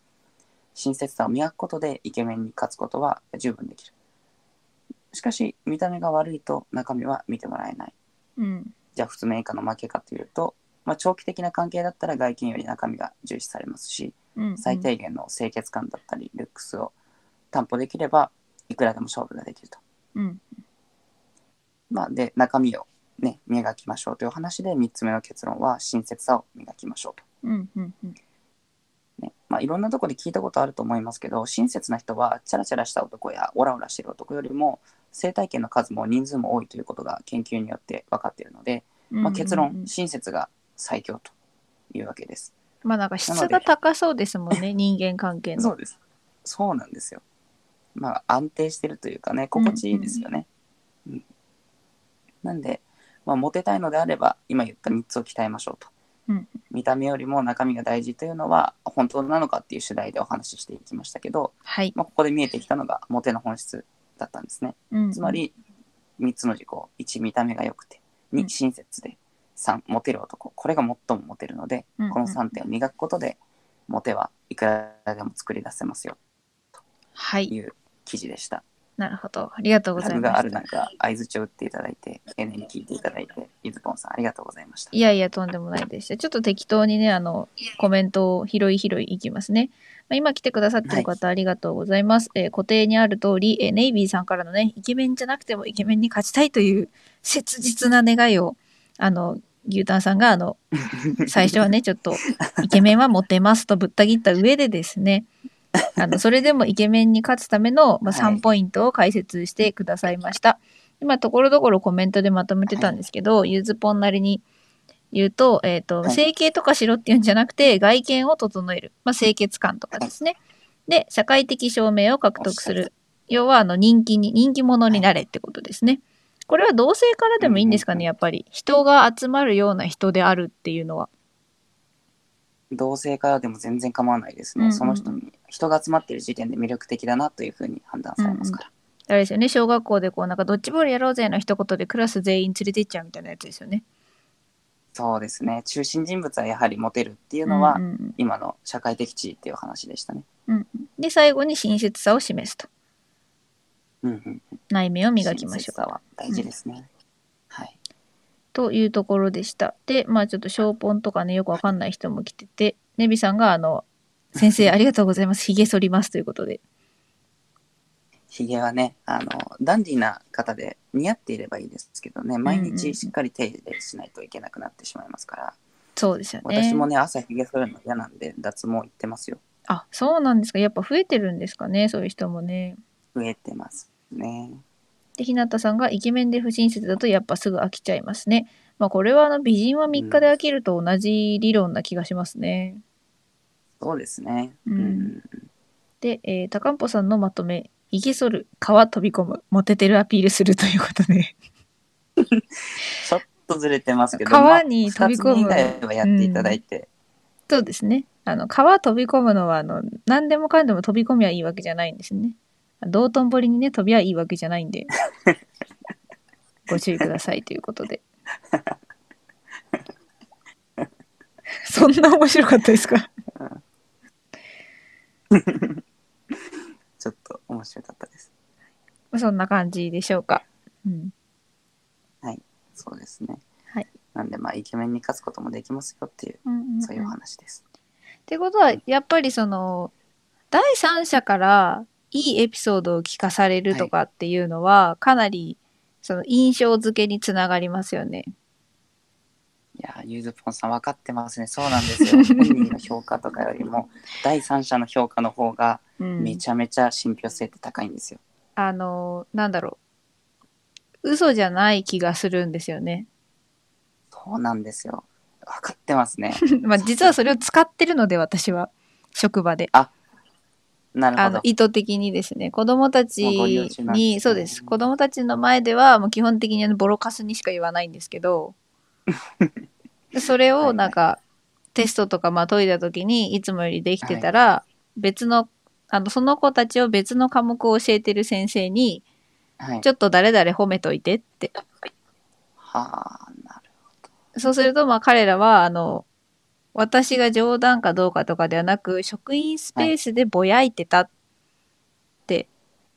B: 親切さを磨くことでイケメンに勝つことは十分できる。しかし見た目が悪いと中身は見てもらえない。
A: うん
B: じゃあ普通面以下の負けかというと、まあ、長期的な関係だったら外見より中身が重視されますし
A: うんうん
B: 最低限の清潔感だったりルックスを担保できればいくらでも勝負ができると。
A: うん
B: まあ、で中身を、ね、磨きましょうという話で3つ目の結論は親切さを磨きましょうと。
A: うんうんうん
B: ねまあ、いろんなとこで聞いたことあると思いますけど親切な人はチャラチャラした男やオラオラしてる男よりも生態圏の数も人数も多いということが研究によって分かっているので、
A: うん
B: まあ、結
A: うんうん
B: 論親切が最強というわけです。
A: まあなんか質
B: なの
A: が
B: で
A: 高そうですもんね人間関係の
B: そうです。そうなんですよ。まあ安定してるというかね、心地いいですよね。うんなんで、まあ、モテたいのであれば、今言った3つを鍛えましょうと。
A: うん
B: 見た目よりも中身が大事というのは本当なのかっていう主題でお話ししていきましたけど、
A: はい、
B: まあ、ここで見えてきたのがモテの本質だったんですね。
A: うん、
B: つまり3つの事項。1、見た目が良くて。
A: う
B: 2、
A: ん
B: 親切で。3、モテる男。これが最もモテるので、
A: うんうん
B: この3点を磨くことで、モテはいくらでも作り出せますよ。
A: はい
B: いう記事でした。
A: なるほどありがとうご
B: タ
A: ざい
B: グ
A: ま
B: がある
A: した
B: 中、合図帳打っていただいて、N に聞いていただいて、ゆずぽんさんありがとうございました。
A: いやいや、とんでもないでした。ちょっと適当にね、あの、コメントを拾い拾いいきますね。まあ、今来てくださってる方、ありがとうございます。えー固定にある通り、えーネイビーさんからのね、イケメンじゃなくてもイケメンに勝ちたいという切実な願いを、あの、牛タンさんが、あの、最初はね、ちょっと、イケメンはモテますとぶった切った上でですね、あの、それでもイケメンに勝つための、まあ、
B: はい
A: 3ポイントを解説してくださいました。今、ところどころコメントでまとめてたんですけど、ゆずぽんなりに言うと、えっ、と、
B: はい
A: 整形とかしろっていうんじゃなくて、外見を整える。まあ、清潔感とかですね。で、社会的証明を獲得す
B: おっし
A: る。要は、あの、人気に、人気者になれってことですね。これは同性からでもいいんですか
B: うんうんう
A: ね、
B: ん
A: やっぱり。人が集まるような人であるっていうのは。
B: 同性からでも全然構わないですね。
A: うんうん
B: その人に、人が集まっている時点で魅力的だなというふうに判断されますから。
A: あれですよね、小学校でこう、なんか、ドッジボールやろうぜの一言でクラス全員連れて行っちゃうみたいなやつですよね。
B: そうですね。中心人物はやはりモテるっていうのは、
A: うんうんうん
B: 今の社会的地位っていうお話でしたね。
A: で、最後に親切さを示すと。
B: うんうん、
A: 内面を磨きましょう
B: 親切。さは大事ですね。はい。
A: というところでした。で、まあちょっと小ポンとかね、よくわかんない人も来てて、ネビさんが、あの、先生ありがとうございます。髭剃りますということで。
B: ひげはね、あの、ダンディーな方で似合っていればいいですけどね、毎日しっかり手入れしないといけなくなってしまいますから。
A: そうですよね。
B: 私もね、朝ひげ剃るの嫌なんで、脱毛行ってますよ。
A: あ、そうなんですか。やっぱ増えてるんですかね、そういう人もね。
B: 増えてますね。
A: で、ひなたさんがイケメンで不親切だとやっぱすぐ飽きちゃいますね。まあこれはあの美人は3日で飽きると同じ理論な気がしますね。
B: そうですね。
A: うん
B: うん
A: で、えー、高んぽさんのまとめ。イギソル、川飛び込む、モテてるアピールするということで。
B: ちょっとずれてますけど、
A: 川に飛び込む
B: まあ二つ目以外はやっていただいて、
A: そうですね。あの、川飛び込むのは、あの、何でもかんでも飛び込みはいいわけじゃないんですね。道頓堀にね、飛びはいいわけじゃないん で。ご注意くださいということ で。そんな面白かったですか
B: ちょっと面白かったです。
A: そんな感じでしょうか。うん。
B: そうですね。
A: はい。
B: なんで、まあ、イケメンに勝つこともできますよっていう、
A: うんうんうん
B: そういうお話です。
A: ってことはやっぱりその第三者からいいエピソードを聞かされるとかっていうのは、かなりその印象付けにつながりますよね。
B: いやー、ゆずぽんさん分かってますね。そうなん ですよ。本人の評価とかよりも、第三者の評価の方が、
A: うん
B: めちゃめちゃ信憑性って高いんですよ。
A: あのなんだろう嘘じゃない気がするんですよね。
B: そうなんですよ。分かってま すね。
A: まあ実はそれを使ってるので私は職場で。
B: な
A: あ
B: る
A: の
B: ほど。
A: 意図的にですね子供たち
B: もうご利用中なんです
A: に
B: ね
A: そうです子供たちの前ではもう基本的にあのボロカスにしか言わないんですけ どそれをなんかテストとかまあ解いた時にいつもよりできてたら、別のあのその子たちを別の科目を教えてる先生に
B: はい
A: ち。ょっと誰々褒めといてって
B: はあ、なる
A: そうするとまあ彼らはあの私が冗談かどうかとかではなく職員スペースでぼやいてたって、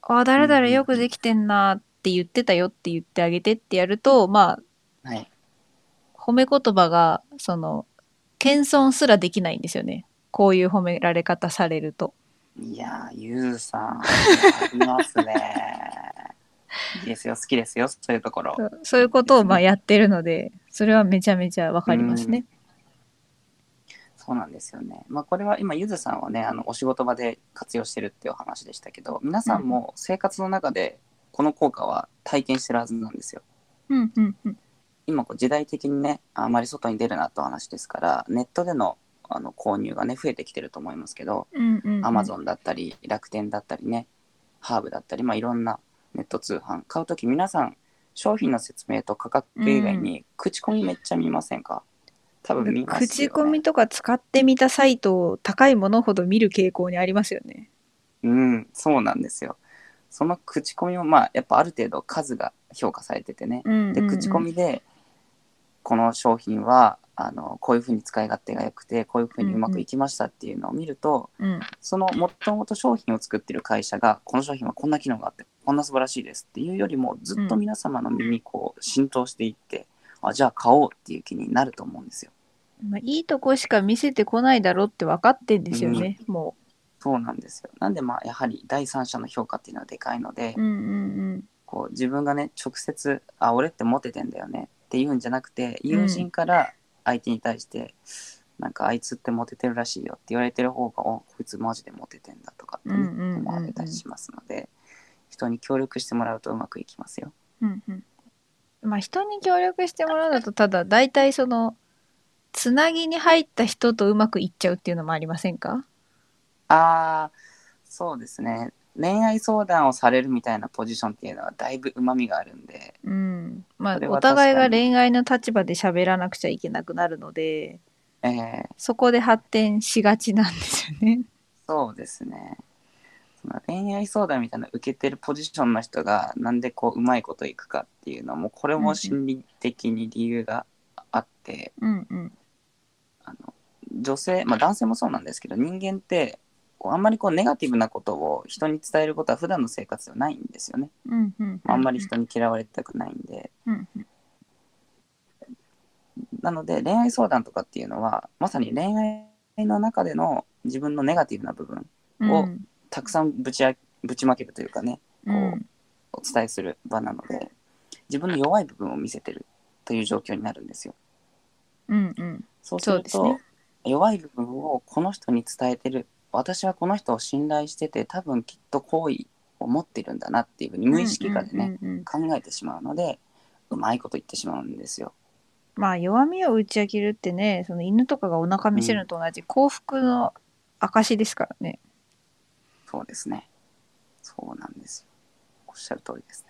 A: ああ誰々よくできてんなって言ってたよって言ってあげてってやるとま
B: はい。
A: あ褒め言葉がその謙遜すらできないんですよねこういう褒められ方されると。
B: いやー、ゆうさん、あります ね。いいですよ、好きですよ、そういうところ。
A: そうそういうことをまあやってるのでそれはめちゃめちゃわかりますね。
B: そうなんですよね。まあ、これは今、ゆずさんはね、あのお仕事場で活用してるっていうお話でしたけど、皆さんも生活の中でこの効果は体験してるはずなんですよ。
A: うんうんうん
B: 今、こう時代的にね、あまり外に出るなってお話ですから、ネットでのあの購入がね、増えてきてると思いますけど、
A: うんうんうん
B: アマゾンだったり、楽天だったりね、ハーブだったり、まあ、いろんなネット通販買うとき、皆さん、商品の説明と価格以外に、口コミめっちゃ見ませんか、多分見ますよ、ね。
A: 口コミとか使ってみたサイトを高いものほど見る傾向にありますよね。
B: うん、そうなんですよ。その口コミも、まあ、やっぱある程度数が評価されててね。で、口コミで、この商品は、あの、こういうふうに使い勝手が良くて、こういうふうにうまくいきましたっていうのを見ると、
A: うん
B: その、もともと商品を作ってる会社が、この商品はこんな機能があって、こんな素晴らしいですっていうよりも、ずっと皆様の身にこう、浸透していって、あ、じゃあ買おうっていう気になると思うんですよ。
A: まあ、いいとこしか見せてこないだろうって分かってんですよね、も
B: そうなんですよ。なんで、まあ、やはり第三者の評価っていうのはでかいので、
A: う。うんうん
B: こう自分がね直接「あ俺ってモテてんだよね」って言うんじゃなくて友人から相手に対して「なんかあいつってモテてるらしいよ」って言われてる方が「おこいつマジでモテてんだ」とかって
A: うんうんうんう
B: ね
A: ん
B: 思われたりしますので人に協力してもらうとうまくいきますよ。
A: うん。うんうんまあ人に協力してもらうのとただ大体そのつなぎに入った人とうまくいっちゃうっていうのもありませんか
B: あーそうですね恋愛相談をされるみたいなポジションっていうのはだいぶうまみがあるんで
A: うん。まあ
B: それは
A: お
B: 確かに
A: 互いが恋愛の立場で喋らなくちゃいけなくなるので
B: えー
A: そこで発展しがちなんですよね。
B: そうですね。その恋愛相談みたいな受けてるポジションの人がなんでこううまいこといくかっていうのもこれも心理的に理由があって、
A: うんうん。
B: あの女性まあ男性もそうなんですけど人間ってこうあんまりこうネガティブなことを人に伝えることは普段の生活ではないんですよね。
A: うんうん、
B: あんまり人に嫌われたくないんで。
A: うんうん
B: なので恋愛相談とかっていうのはまさに恋愛の中での自分のネガティブな部分
A: うん
B: をたくさんぶちあぶちまけるというかね
A: うん
B: お伝えする場なので自分の弱い部分を見せてるという状況になるんですよ。
A: うんうん
B: そうすると
A: そうです
B: 弱い部分をこの人に伝えてる私はこの人を信頼してて多分きっと好意を持ってるんだなっていうふうに無意識化でね、
A: うんうんうん
B: 考えてしまうのでうまいこと言ってしまうんですよ。
A: まあ弱みを打ち明けるってねその犬とかがお腹見せるのと同じ幸福の証ですからね。
B: そうですね。そうなんですよ。おっしゃる通りですね。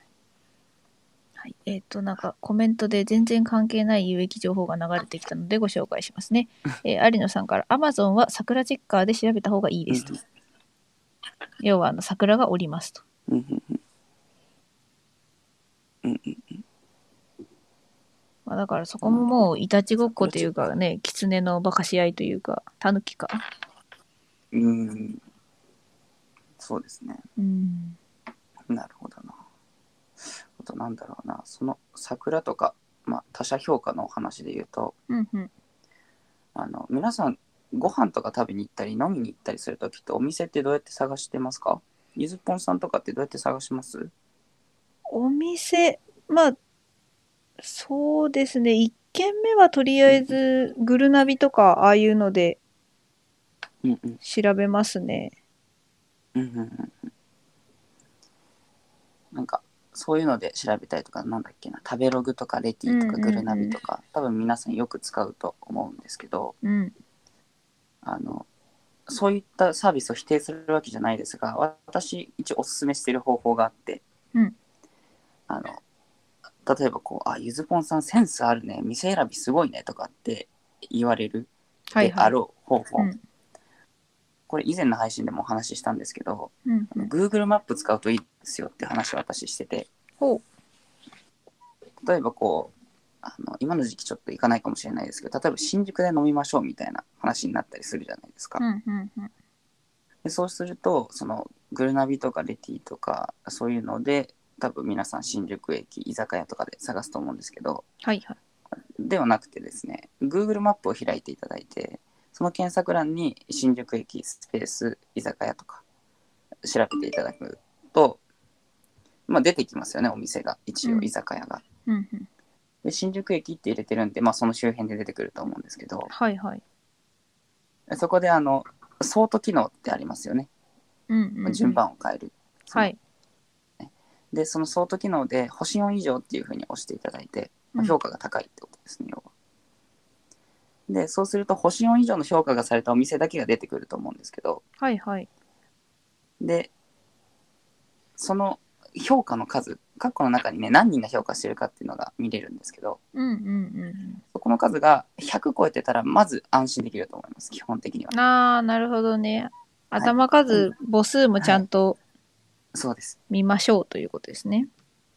A: はい、えっ、と、なんかコメントで全然関係ない有益情報が流れてきたのでご紹介します ね。えー、有野さんから、Amazon は桜チェッカーで調べた方がいいですと。要は、あの、桜がおりますと。
B: うんうんうんうんうん
A: まあ、だからそこももう、いたちごっこというかね、狐の馬鹿し合いというか、狸か。
B: うんうんそうですね。
A: うん。
B: なるほどな。あとなんだろうな。その桜とか、まあ、他者評価のお話で言うと、
A: うんうん。
B: あの皆さんご飯とか食べに行ったり飲みに行ったりするときってお店ってどうやって探してますかゆずぽんさんとかってどうやって探します
A: お店、まあ、そうですね。1軒目はとりあえず、グルナビとか、ああいうので
B: うんうん
A: 調べますね。
B: うんうんうんうんなんかそういうので調べたりとかなんだっけな食べログとかレティと
A: うんう
B: か
A: んうん
B: グルナビとか、多分皆さんよく使うと思うんですけど
A: うん。
B: あのそういったサービスを否定するわけじゃないですがわ私一応おすすめしてる方法があって、
A: うん
B: あの例えばこう「あゆずぽんさんセンスあるね店選びすごいね」とかって言われる
A: はい
B: で
A: はい。
B: あろう方法、
A: うん
B: これ以前の配信でもお話ししたんですけど
A: うん
B: あの Google マップ使うといいですよって話を私してて
A: ほう。
B: 例えばこうあの今の時期ちょっと行かないかもしれないですけど例えば新宿で飲みましょうみたいな話になったりするじゃないですか。
A: うんうんうん。
B: でそうするとそのグルナビとかレティとかそういうので多分皆さん新宿駅居酒屋とかで探すと思うんですけど
A: はいはい。
B: ではなくてですね Google マップを開いていただいてその検索欄に新宿駅スペース居酒屋とか調べていただくと、まあ、出てきますよねお店が一
A: う
B: 応
A: ん
B: 居酒屋が。
A: うんうん。
B: で新宿駅って入れてるんで、まあ、その周辺で出てくると思うんですけど
A: はいはい。
B: そこであのソート機能ってありますよね
A: うんうん、うん。
B: 順。番を変える。
A: はい。
B: でそのソート機能で星4以上っていうふうに押していただいて、まあ
A: うん
B: 評価が高いってことですね、要は。でそうすると星4以上の評価がされたお店だけが出てくると思うんですけど
A: はいはい。
B: でその評価の数括弧の中にね何人が評価してるかっていうのが見れるんですけど
A: うんうんうん
B: そこの数が100超えてたらまず安心できると思います基本的には
A: うん。。ああ、なるほどね。
B: い
A: 頭数、母数もちゃんと
B: そうです
A: 見ましょうということですね。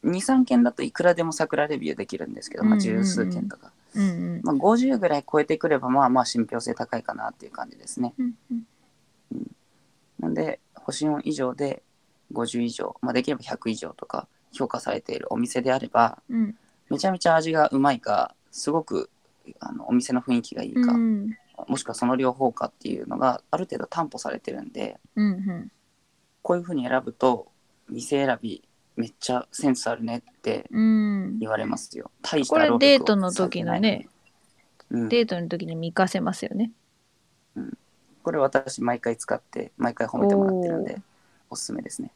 B: 23件だといくらでも桜レビューできるんですけど、まあ、十数件とか、
A: うんうん。
B: まあ、50ぐらい超えてくればまあまあ信憑性高いかなっていう感じですね。
A: うんうん
B: なんで、星4以上で50以上、まあ、できれば100以上とか評価されているお店であれば、
A: うん
B: めちゃめちゃ味がうまいか、すごくあのお店の雰囲気がいいか、
A: うん
B: もしくはその両方かっていうのがある程度担保されてるんで、
A: うんうん
B: こういうふうに選ぶと、店選びめっちゃセンスあるねって
A: うん
B: 言われますよ。大した
A: これ
B: 労力を
A: デートの時のね、
B: うん、
A: デートの時に見かせますよね。
B: これ私毎回使って、毎回褒めてもらってるん
A: お
B: で、おすすめですね。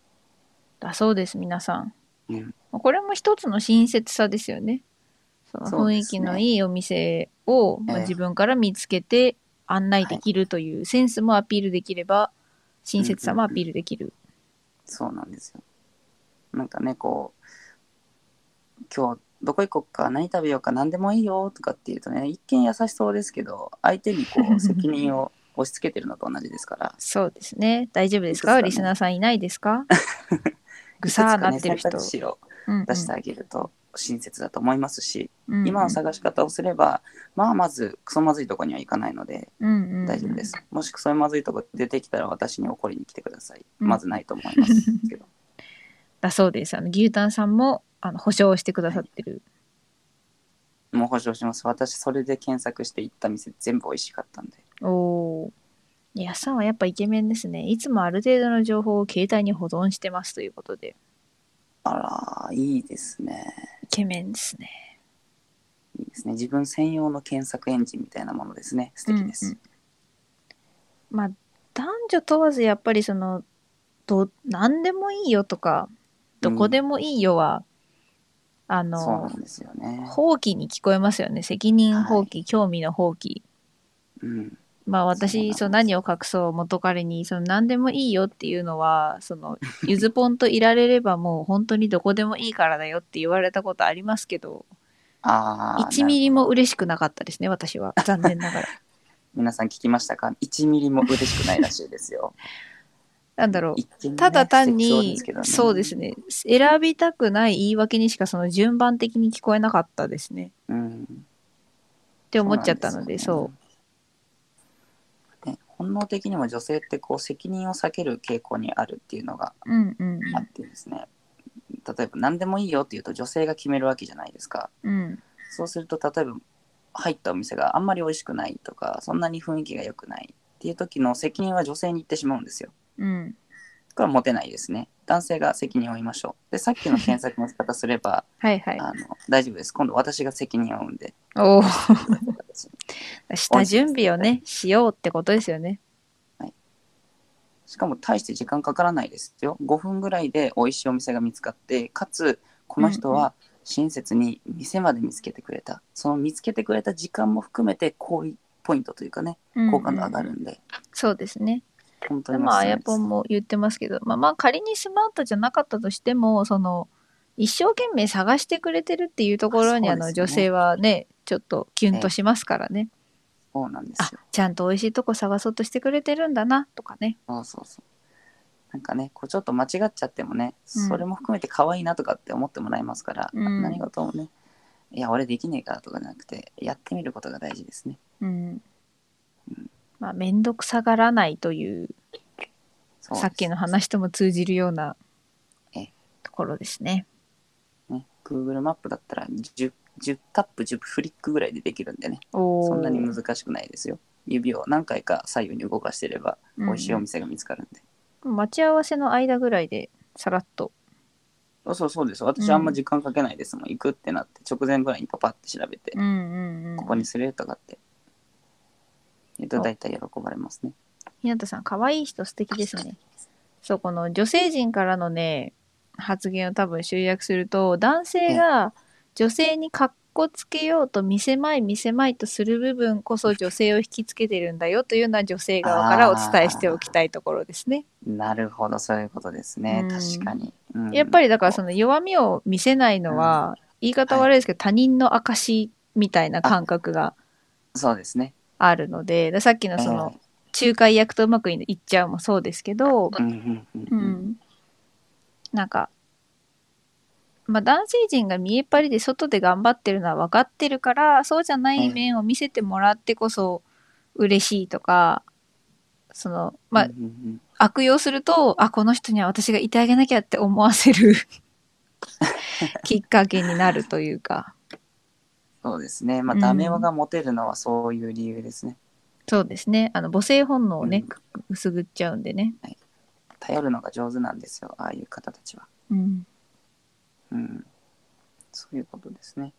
A: だそうです、皆さん。
B: うん、
A: これも一つの親切さですよね。その
B: そう
A: 雰
B: で
A: 囲
B: すね
A: 気のいいお店を、まあ
B: ええ
A: 自分から見つけて案内できるというセンスもアピールできれば、親切さもアピールできる。
B: そうなんですよ。なんかね、こう、今日どこ行こっか、何食べようか、何でもいいよとかっていうとね、一見優しそうですけど、相手にこ う、責任を押し付けてるのと同じですから、
A: そうですね。大丈夫ですか
B: そうで
A: リ
B: す
A: ス
B: かね
A: ナーさんいないです かぐさーなってる人
B: いくつかね選択。肢を
A: うんうん
B: 出してあげると親切だと思いますし、
A: うんうん
B: 今の探し方をすれば、まあ、まず、クソまずいとこには行かないので、
A: うんうん
B: 大丈夫です。もしクソまずいとこ出てきたら、私に怒りに来てください。
A: うん
B: まずないと思います けど。
A: だそうです。あの牛タンさんもあの保証してくださってる。
B: もう保証します。私、それで検索して行った店、全部美味しかったんで。
A: おー。いやさんはやっぱイケメンですね。いつもある程度の情報を携帯に保存してますということで、
B: あら、いいですね。
A: イケメンですね。
B: いいですね。自分専用の検索エンジンみたいなものですね。素敵です。
A: うんうんまあ男女問わずやっぱりそのど何でもいいよとかどこでもいいよは、あ
B: そう
A: の
B: なんですよね。
A: 放棄に聞こえますよね責任放棄、興味の放棄
B: うん。
A: まあ
B: そうなん
A: 私
B: です
A: そう何を隠そう元彼にその何でもいいよっていうのはそ のゆずぽんといられればもう本当にどこでもいいからだよって言われたことありますけど
B: ああ、
A: 1
B: なる
A: ミリも嬉しくなかったですね私は残念 ながら
B: 皆さん聞きましたか ?1 ミリも嬉しくないらしいですよ。
A: なんだろう
B: 一見ね
A: ただ単
B: 不適当
A: に、
B: ですけどね
A: そうですね選びたくない言い訳にしかその順番的に聞こえなかったですねっ
B: うん。
A: て思っちゃったのでそう
B: う。で本能的にも女性ってこう責任を避ける傾向にあるっていうのが
A: うんうん
B: あってですね、例えば何でもいいよっていうと女性が決めるわけじゃないですか
A: うん
B: そうすると例えば入ったお店があんまり美味しくないとかそんなに雰囲気が良くないっていう時の責任は女性に行ってしまうんですよ
A: うん
B: これはモテないですね男性が責任を負いましょうでさっきの検索の仕方すれば
A: はいはい
B: あの大丈夫です今度私が責任を負うんで
A: おお下準備をねしようってことですよね
B: しかも大して時間かからないですよ5分ぐらいで美味しいお店が見つかってかつこの人
A: うんう
B: は親切に店まで見つけてくれた、その見つけてくれた時間も含めて好意ポイントというかね好感度上がるんで、
A: そうですね。
B: 本当
A: で
B: に
A: もあ
B: お
A: や
B: すす
A: ぽ
B: め
A: んも言ってますけど、まあ、まあ仮にスマートじゃなかったとしてもその一生懸命探してくれてるっていうところに
B: あ
A: あ
B: そうですね
A: の女性はねちょっとキュンとしますからね、
B: ですそうなんです
A: あ
B: よ
A: ちゃんと美味しいとこ探そうとしてくれてるんだなとかね
B: そうそうそうなんかねこうちょっと間違っちゃってもね、
A: うん
B: それも含めて可愛いなとかって思ってもらえますから、
A: うん
B: 何事もねいや俺できねえからとかじゃなくてやってみることが大事ですね
A: うんまあ面倒くさがらないという
B: そうです
A: さっきの話とも通じるような
B: ええ
A: ところですね。
B: ね、Google マップだったら 10, 10タップ10フリックぐらいでできるんでね
A: おー
B: そんなに難しくないですよ指を何回か左右に動かしてれば美味しいお店が見つかるんで、
A: うん待ち合わせの間ぐらいでさらっと
B: あそうそうです私あんま時間かけないですもん、行くってなって直前ぐらいにパパって調べて、
A: うんうんうん
B: ここにするとかって言うと大体喜ばれますね
A: ひなたさん、可愛い人素敵ですね。そう、この女性陣からのね、発言を多分集約すると、男性が女性に格好つけようと見せまい見せまいとする部分こそ女性を引きつけてるんだよというのは女性側からお伝えしておきたいところですね。
B: なるほどそういうことですね、
A: うん
B: 確かに、うん
A: やっぱりだからその弱みを見せないのは、言い方悪いですけど、他人の証みたいな感覚が
B: そうですね
A: あるので、でさっきのその仲介役とうまくいっちゃうもそうですけど、
B: うんうんうん
A: う
B: うん、
A: ん、なんか、まあ、男性陣が見えっ張りで外で頑張ってるのは分かってるからそうじゃない
B: うん
A: 面を見せてもらってこそ嬉しいとかその、まあ
B: うん、うんうん
A: 悪用するとあこの人には私がいてあげなきゃって思わせ るきっかけになるというか
B: そうですねまあ
A: うん
B: ダメ男がモテるのはそういう理由ですね、
A: そうですねあの母性本能をね
B: うん、
A: くすぐっちゃうんでね。
B: 頼るのが上手なんですよああいう方たちは、
A: うん
B: うん、そういうことですね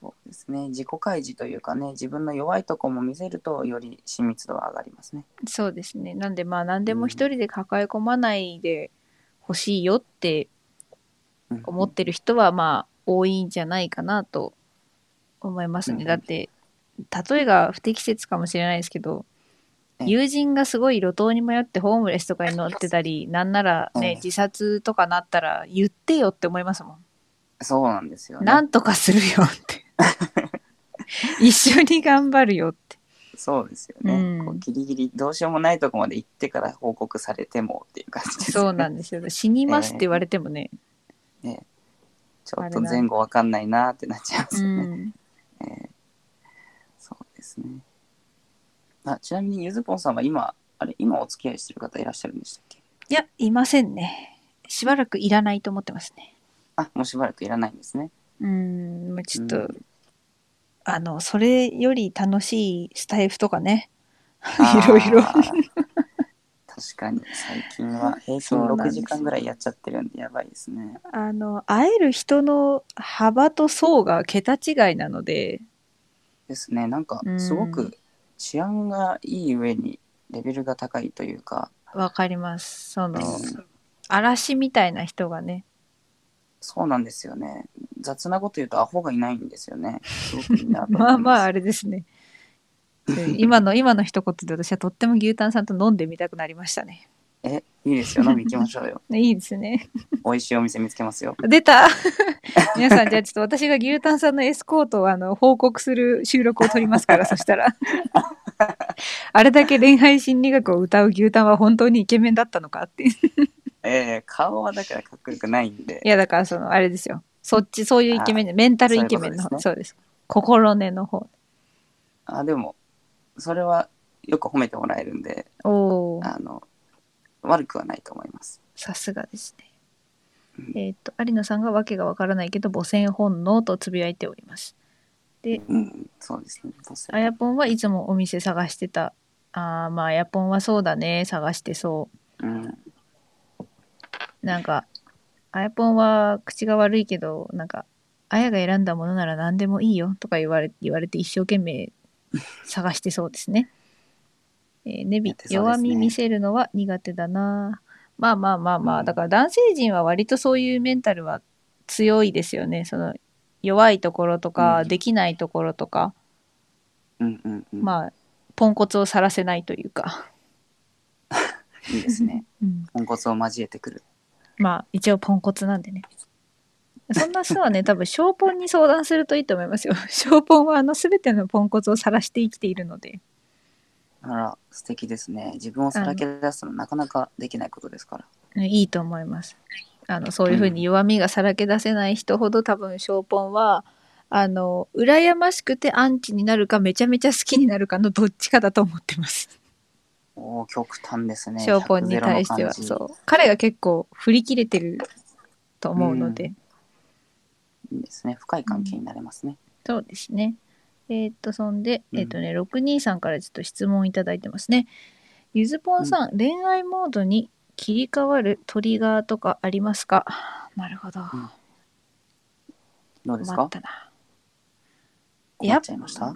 B: そうですね自己開示というかね自分の弱いとこも見せるとより親密度は上がりますね
A: そうですね。なんでまあ何で
B: う
A: も
B: ん
A: 一人で抱え込まないでほしいよって
B: うんうん
A: 思ってる人はまあ多いんじゃないかなと思いますね。
B: うん
A: だって例えが不適切かもしれないですけど
B: ええ
A: 友人がすごい路頭に迷ってホームレスとかに乗ってたりなんなら
B: ええ
A: ね自殺とかなったら言ってよって思いますもん。
B: そうなんですよね
A: なんとかするよって 一緒に頑張るよって。
B: そうですよね、
A: うん
B: こうギリギリどうしようもないとこまで行ってから報告されてもっていう感じです、ね、
A: そうなん ですよ。死にますって言われてもね。
B: ちょっと前後わかんないなーってなっちゃいます
A: う
B: よね、
A: ん
B: えーそうですねあちなみにゆずぽんさんは今あれ今お付き合いしてる方いらっしゃるんでしたっけ
A: いや、いませんね。しばらくいらないと思ってますね。
B: あもうしばらくいらないんですね
A: うーん、もうちょっと、
B: うん
A: あの、それより楽しいスタイフとかね。
B: あー
A: いろいろ
B: 確かに最近は平均
A: そうなん
B: 6
A: です
B: 時間ぐらいやっちゃってるんでやばいですね
A: あの、会える人の幅と層が桁違いなので、
B: ですねなんか
A: うん
B: すごく治安がいい上にレベルが高いというか、
A: わかります。その、
B: うん
A: 嵐みたいな人がね。
B: そうなんですよね雑なこと言うとアホがいないんですよねすごくいいなと思い
A: まあ
B: ま
A: まあ、
B: あ
A: あれですね。今の今の一言で私はとっても牛タンさんと飲んでみたくなりましたね。
B: え、いいですよ。飲み行きましょうよ。
A: ねいいですね。
B: 美味しいお店見つけますよ。
A: 出た 皆さんじゃあちょっと私が牛タンさんのエスコートをあの報告する収録を取ります からそしたらあれだけ恋愛心理学を歌う牛タンは本当にイケメンだったのか っていうい
B: えー、顔はだからかっこよくないんで。
A: やだからそのあれですよそっちそういうイケメンでメンタルイケメンの方そうです心根の方
B: あ、でも、それはよく褒めてもらえるんで、
A: おおー
B: あの、悪くはないと思います。
A: さすがですねえーっと有野さんがわけがわからないけど母船本能とつぶやいております
B: うん、そうですね。そうです
A: あ
B: ね
A: やぽんはいつもお店探してた。あーまあ、あやぽんはそうだね。探してそ
B: うん、
A: う。なんか、あやぽんは口が悪いけど、なんか、あやが選んだものなら何でもいいよとか言われ言われて一生懸命探してそうですね。えーネビ、
B: やってそうですね
A: 弱み見せるのは苦手だな。まあまあまあまあ、
B: うん
A: だから男性陣は割とそういうメンタルは強いですよね。その弱いところとか、
B: うん
A: できないところとか、
B: うん、うん、うん。
A: まあ、ポンコツをさらせないというか。
B: いいですね。
A: うん、
B: ポンコツを交えてくる。
A: まあ一応ポンコツなんでねそんな人はね多分小ポンに相談するといいと思いますよ 小ポンはあの全てのポンコツを晒して生きているので
B: あら、素敵ですね。自分をさらけ出すのなかなかできないことですから。
A: いいと思いますあのそういうふうに弱みがさらけ出せない人ほど多分小ポンはあの羨ましくてアンチになるかめちゃめちゃ好きになるかのどっちかだと思ってます
B: おお、極端ですね。
A: 小ポンに
B: 100-0の感
A: 対
B: じ
A: してはそう彼が結構振り切れてると思うので、
B: いいですね。深い関係になれますね。
A: そうですね。えーっと、そんで、
B: うん
A: えーっとね、62さんからちょっと質問いただいてますね。ゆずぽんさん、恋愛モードに切り替わるトリガーとかありますかなるほど。
B: どうです
A: 困った
B: か
A: な。
B: 困っちゃいました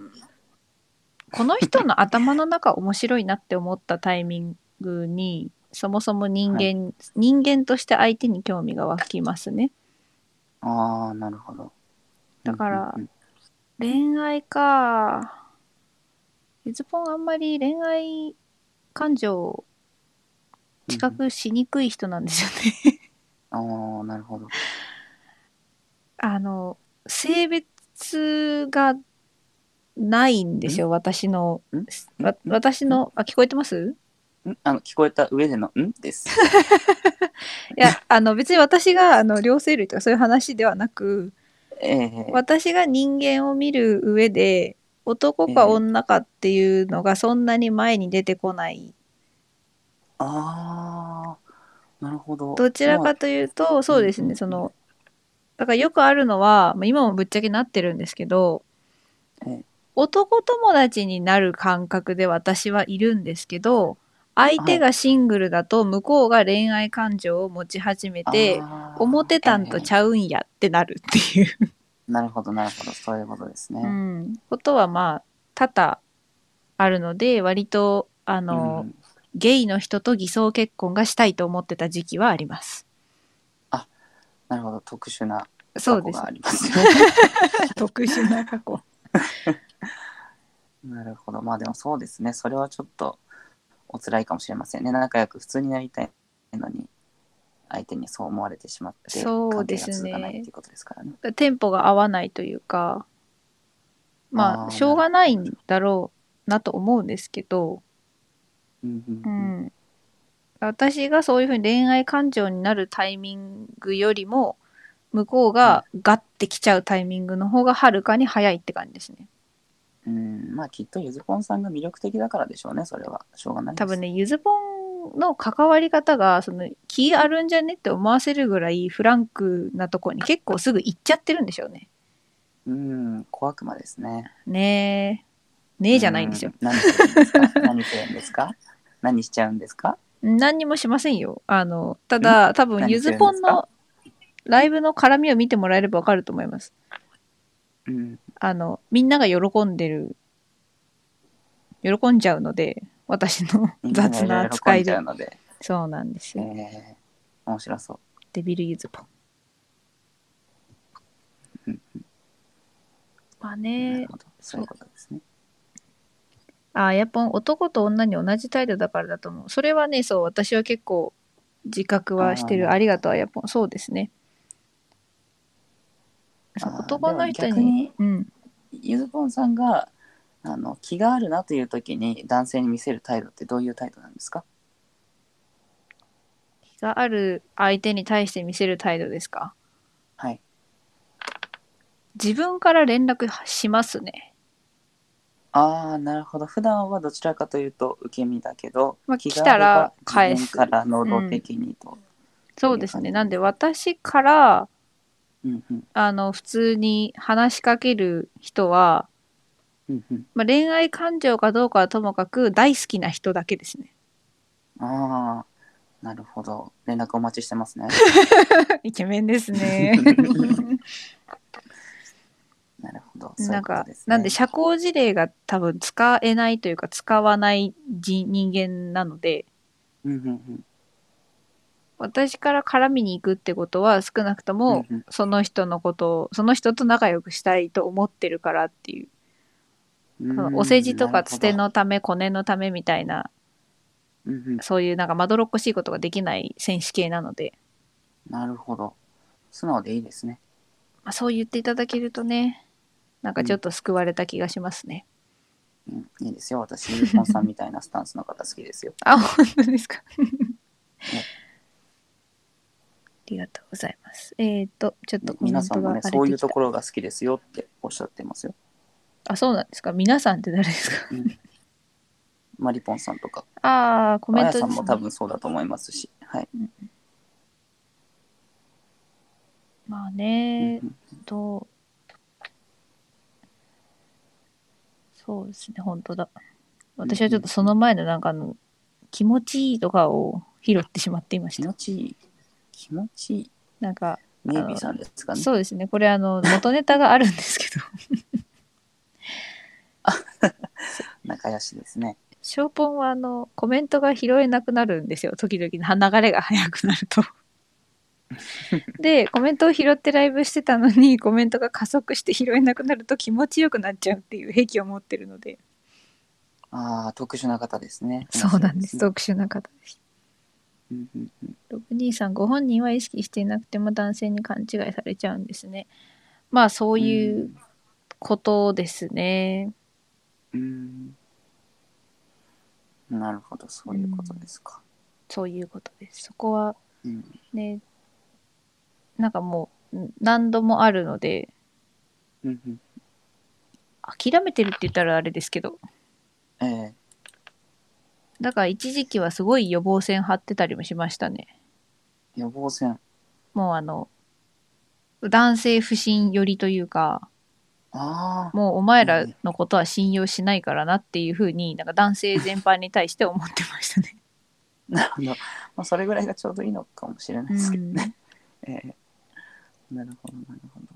A: この人の頭の中面白いなって思ったタイミングに、 そもそも人間、
B: は
A: 人間として相手に興味が湧きますね。
B: ああ、なるほど。
A: だから
B: うんうん
A: 恋愛か。ゆずぽんあんまり恋愛感情を知覚しにくい人なんですよね。
B: うんああ、なるほど。
A: あの、性別がないんですよ、私の。わ私の、あ、聞こえてます
B: んあの、聞こえた上での、ん です。
A: いや、あの、別に私が、あの、両生類とかそういう話ではなく、
B: ええ
A: 私が人間を見る上で、男か女かっていうのがそんなに前に出てこない
B: ああ、なるほど。
A: どちら
B: ま
A: か
B: あ
A: というと、そうです
B: うんう
A: ね、
B: ん
A: その、だからよくあるのは、まあ今もぶっちゃけなってるんですけど
B: ええ、
A: 男友達になる感覚で私はいるんですけど、相手がシングルだと向こうが恋愛感情を持ち始めて、
B: あー
A: 思ってたんとちゃうんやってなるっていう、
B: なるほど、なるほど。そういうことですね。
A: うんことはまあ多々あるので、割と、あの、
B: うん
A: ゲイの人と偽装結婚がしたいと思ってた時期はあり ます。
B: なるほど、特殊な
A: そ
B: 過
A: う
B: 去
A: です
B: が
A: ね
B: あります。
A: 特殊な過去。
B: なるほど。まあでもそうですね。それはちょっとお辛いかもしれませんね。仲良く普通になりたいのに、相手にそう思われてしまって、
A: そう
B: 関
A: で
B: 係
A: す
B: が
A: ね
B: 続かないっていうことですからね。
A: テンポが合わないというか、ま
B: あ
A: あ、
B: ー
A: しょうがないんだろうなと思うんですけど、
B: うんうん
A: う
B: うん
A: ん。私がそういうふうに恋愛感情になるタイミングよりも、向こうがガッてきちゃうタイミングの方がはるかに早いって感じですね。
B: うんまあきっとゆずぽんさんが魅力的だからでしょうね、それは。しょうがないです。
A: 多分ね、ゆずぽんの関わり方が、その、気あるんじゃねって思わせるぐらいフランクなとこに結構すぐ行っちゃってるんでしょうね。
B: うん、小悪魔ですね。
A: ねえ。ねえじゃないんですよ。
B: う。何してるんですか何してるんですか何しちゃうんですか
A: 何にもしませんよ。あの、ただ、多分、ゆずぽんのライブの絡みを見てもらえればわかると思います。
B: うん。
A: あの、みんなが喜んでる、喜んじゃうので、私の雑な扱い
B: で。
A: で
B: 喜んじゃう。ので、
A: そうなんです
B: え
A: よ。
B: ー、面白そう。
A: デビルゆずぽん
B: うん。
A: まあ
B: な
A: ね
B: る、ほど。そういうことですね。
A: ああ、やっぱ男と女に同じ態度だからだと思う。それはね、そう、私は結構自覚はしてる。
B: あ
A: あ
B: ー
A: りがとう、やっぱそうですね。そう
B: あー
A: 男の人
B: でも逆
A: に
B: に、
A: うん。
B: ゆずぽんさんがあの気があるなという時に男性に見せる態度ってどういう態度なんですか
A: 気がある相手に対して見せる態度ですか
B: はい
A: 自分から連絡しますね。
B: ああなるほど普段はどちらかというと受け身だけど、
A: まあ
B: 気
A: 来たら
B: があれば
A: 返す
B: 自分から能動的にと、
A: そうですね。
B: いい感じ
A: なんで私から、
B: うんうん
A: あの、普通に話しかける人は、
B: うんうん
A: まあ、恋愛感情かどうかはともかく大好きな人だけです ね。
B: ああなるほど連絡お待ちしてま すね
A: イケメンです ね。
B: なるほどそうい
A: な
B: うんこと
A: か、
B: です、ね、
A: なんで社交辞令が多分使えないというか使わない人人間なので、
B: うんうんうん
A: 私から絡みに行くってことは少なくとも
B: うんうん
A: その人のことを、その人と仲良くしたいと思ってるからっていう、
B: う
A: そ
B: ん
A: のお世辞と
B: な
A: か
B: るほど
A: つてのため、コネのためみたいな、
B: うんうん
A: そういうなんかまどろっこしいことができない選手系なので、
B: なるほど素直でいいですね
A: まあ、そう言っていただけるとね、なんかちょっと救われた気がしますね。
B: うん、いいですよ私ゆずぽんさんみたいなスタンスの方好きですよ
A: あ、本当ですか。 ありがとうございます。えっ、と、ちょっとコメン
B: 皆
A: ト
B: さん
A: が
B: も
A: 荒れ
B: ね
A: てきた。
B: そういうところが好きですよっておっしゃってますよ
A: あ、そうなんですか。皆さんって誰ですか。
B: マリポンさんとか
A: ああ、コ
B: あ
A: メン
B: や
A: ト
B: さ
A: で
B: ん
A: す、
B: も
A: ね
B: 多。分そうだと思いますしはい、
A: まあね
B: う、ん
A: と。そうですね、本当だ。私はちょっとその前のなんかあの、気持ちいいとかを拾ってしまっていまし
B: 気
A: た。
B: 持ちいい気持ちいい
A: なんか、
B: メイビーさんですかね
A: そうですね、これあの、元ネタがあるんですけど、
B: 仲良しですね
A: ショーポンはあの、コメントが拾えなくなるんですよ。時々 流れが速くなる と。で、コメントを拾ってライブしてたのに、コメントが加速して拾えなくなると気持ちよくなっちゃうっていう癖を持ってるので。
B: ああ特殊な方ですね
A: そうなんです。
B: 面白い
A: 特殊な方です。
B: ですねうんうん
A: 623ご本人は意識していなくても男性に勘違いされちゃうんですね。まあ、そういううことですね。
B: うんうんなるほどそういうことですか、
A: そういうことです。そこは
B: うん
A: ね、なんかもう、何度もあるので、
B: うんうん、
A: 諦めてるって言ったらあれですけど
B: え
A: だから一時期はすごい予防線張ってたりもしましたね
B: ー、予防線
A: もうあの男性不信寄りというか
B: ああ
A: もうお前らのことは信用しないからなっていうふうになんか男性全般に対して思ってましたね、
B: なるほど、 まあ、それぐらいがちょうどいいのかもしれないですけどね、ええなるほどなるほど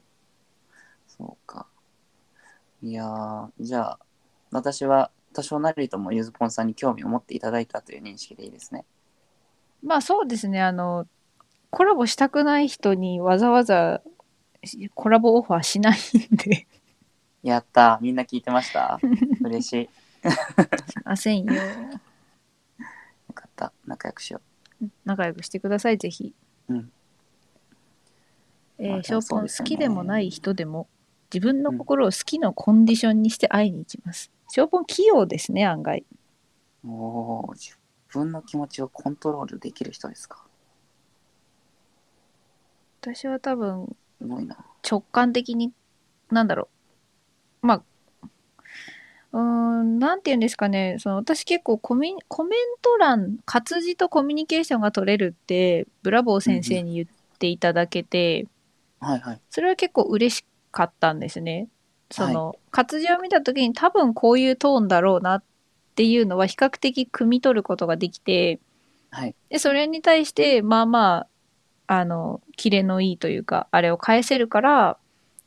B: そうかいやーじゃあ私は多少なりともゆずぽんさんに興味を持っていただいたという認識でいいですね
A: まあそうですねあのコラボしたくない人にわざわざしコラボオファーしないん で
B: やったーみんな聞いてました 嬉しいよ
A: しませんよ
B: かった仲良くしよ
A: 仲良くしてくださいぜひ、
B: うん
A: え
B: ま
A: ー
B: あ
A: ショーポ
B: そう
A: ン
B: です
A: 好
B: よね
A: きでもない人でも自分の心を好きなコンディションにして会いに行きます、ショーポン器用ですね案外
B: うおー自分の気持ちをコントロールできる人ですか
A: 私は多分
B: すごいな
A: 直感的になんだろうまあうーんなんて言うんですかねその私結構コミコメント欄活字とコミュニケーションが取れるってブラボー先生に言っていただけて、
B: はいはい
A: それは結構嬉しかったんですね。その、活字を見た時に多分こういうトーンだろうなっていうのは比較的汲み取ることができて
B: はい
A: でそれに対してまあまああのキレのいいというかあれを返せるから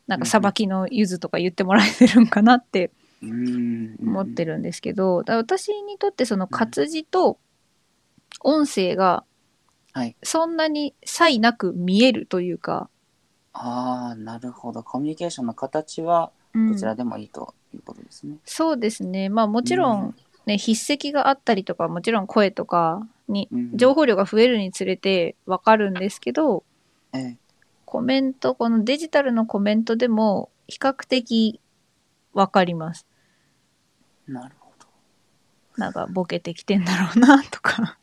A: なんか
B: うんうん
A: さばきのゆずとか言ってもらえてるんかなって
B: うーん
A: 思ってるんですけど、だから私にとってその活字と音声が
B: はい
A: そんなに差異なく見えるというか、
B: ああなるほどコミュニケーションの形は
A: うん
B: どちらでもいいということですね、
A: そうですね。まあもちろ
B: うん
A: んね、筆跡があったりとかもちろん声とかに
B: うん
A: 情報量が増えるにつれて分かるんですけど
B: ええ
A: コメントこのデジタルのコメントでも比較的分かります
B: なるほど。
A: なんかボケてきてんだろうなとか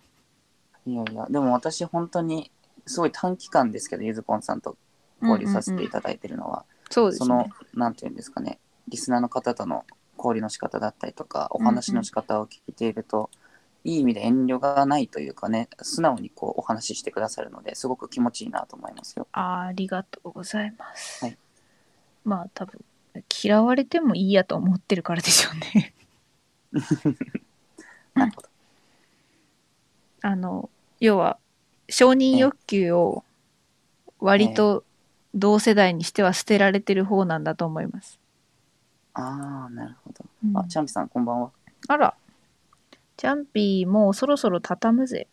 B: いやいや、でも私本当にすごい短期間ですけど、ゆずぽんさんと 交流させていただいてるのは、
A: そうで
B: そ
A: す
B: の
A: ね、
B: なんていうんですかね、リスナーの方との交流の仕方だったりとか、お話の仕方を聞いていると、いい意味で遠慮がないというかね、素直にこうお話ししてくださるので、すごく気持ちいいなと思いますよ。
A: あーありがとうございます、
B: はい
A: まあ多分嫌われてもいいやと思ってるからでしょうね
B: なるほど。
A: あの要は承認欲求を割と同世代にしては捨てられてる方なんだと思います。
B: ああ、なるほど。
A: うん
B: あ、チャンピさん、こんばんは。
A: あらチャンピーもうそろそろ畳む ぜ。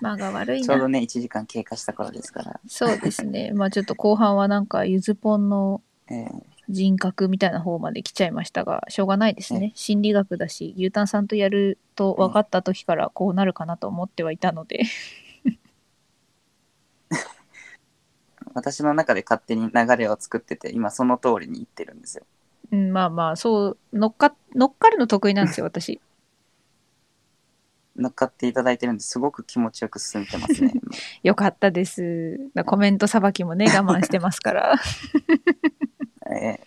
A: 間が悪い
B: ちょう
A: な
B: ど。ね、1時間経過した頃ですから、
A: そうですね。 まあちょっと後半はなんかゆずぽんの
B: えー
A: 人格みたいな方まで来ちゃいましたがしょうがないです
B: は
A: ね。心理学だし牛タンさんとやると分かった時からこうなるかなと思ってはいたので。
B: 私の中で勝手に流れを作ってて、今その通りにいってるんですよ。
A: うん、まあまあそう乗っか乗っかるの得意なんですよ 私
B: 乗っかっていただいてるんですごく気持ちよく進めてま すね。今
A: よかったですコメントさばきもね我慢してますから
B: えー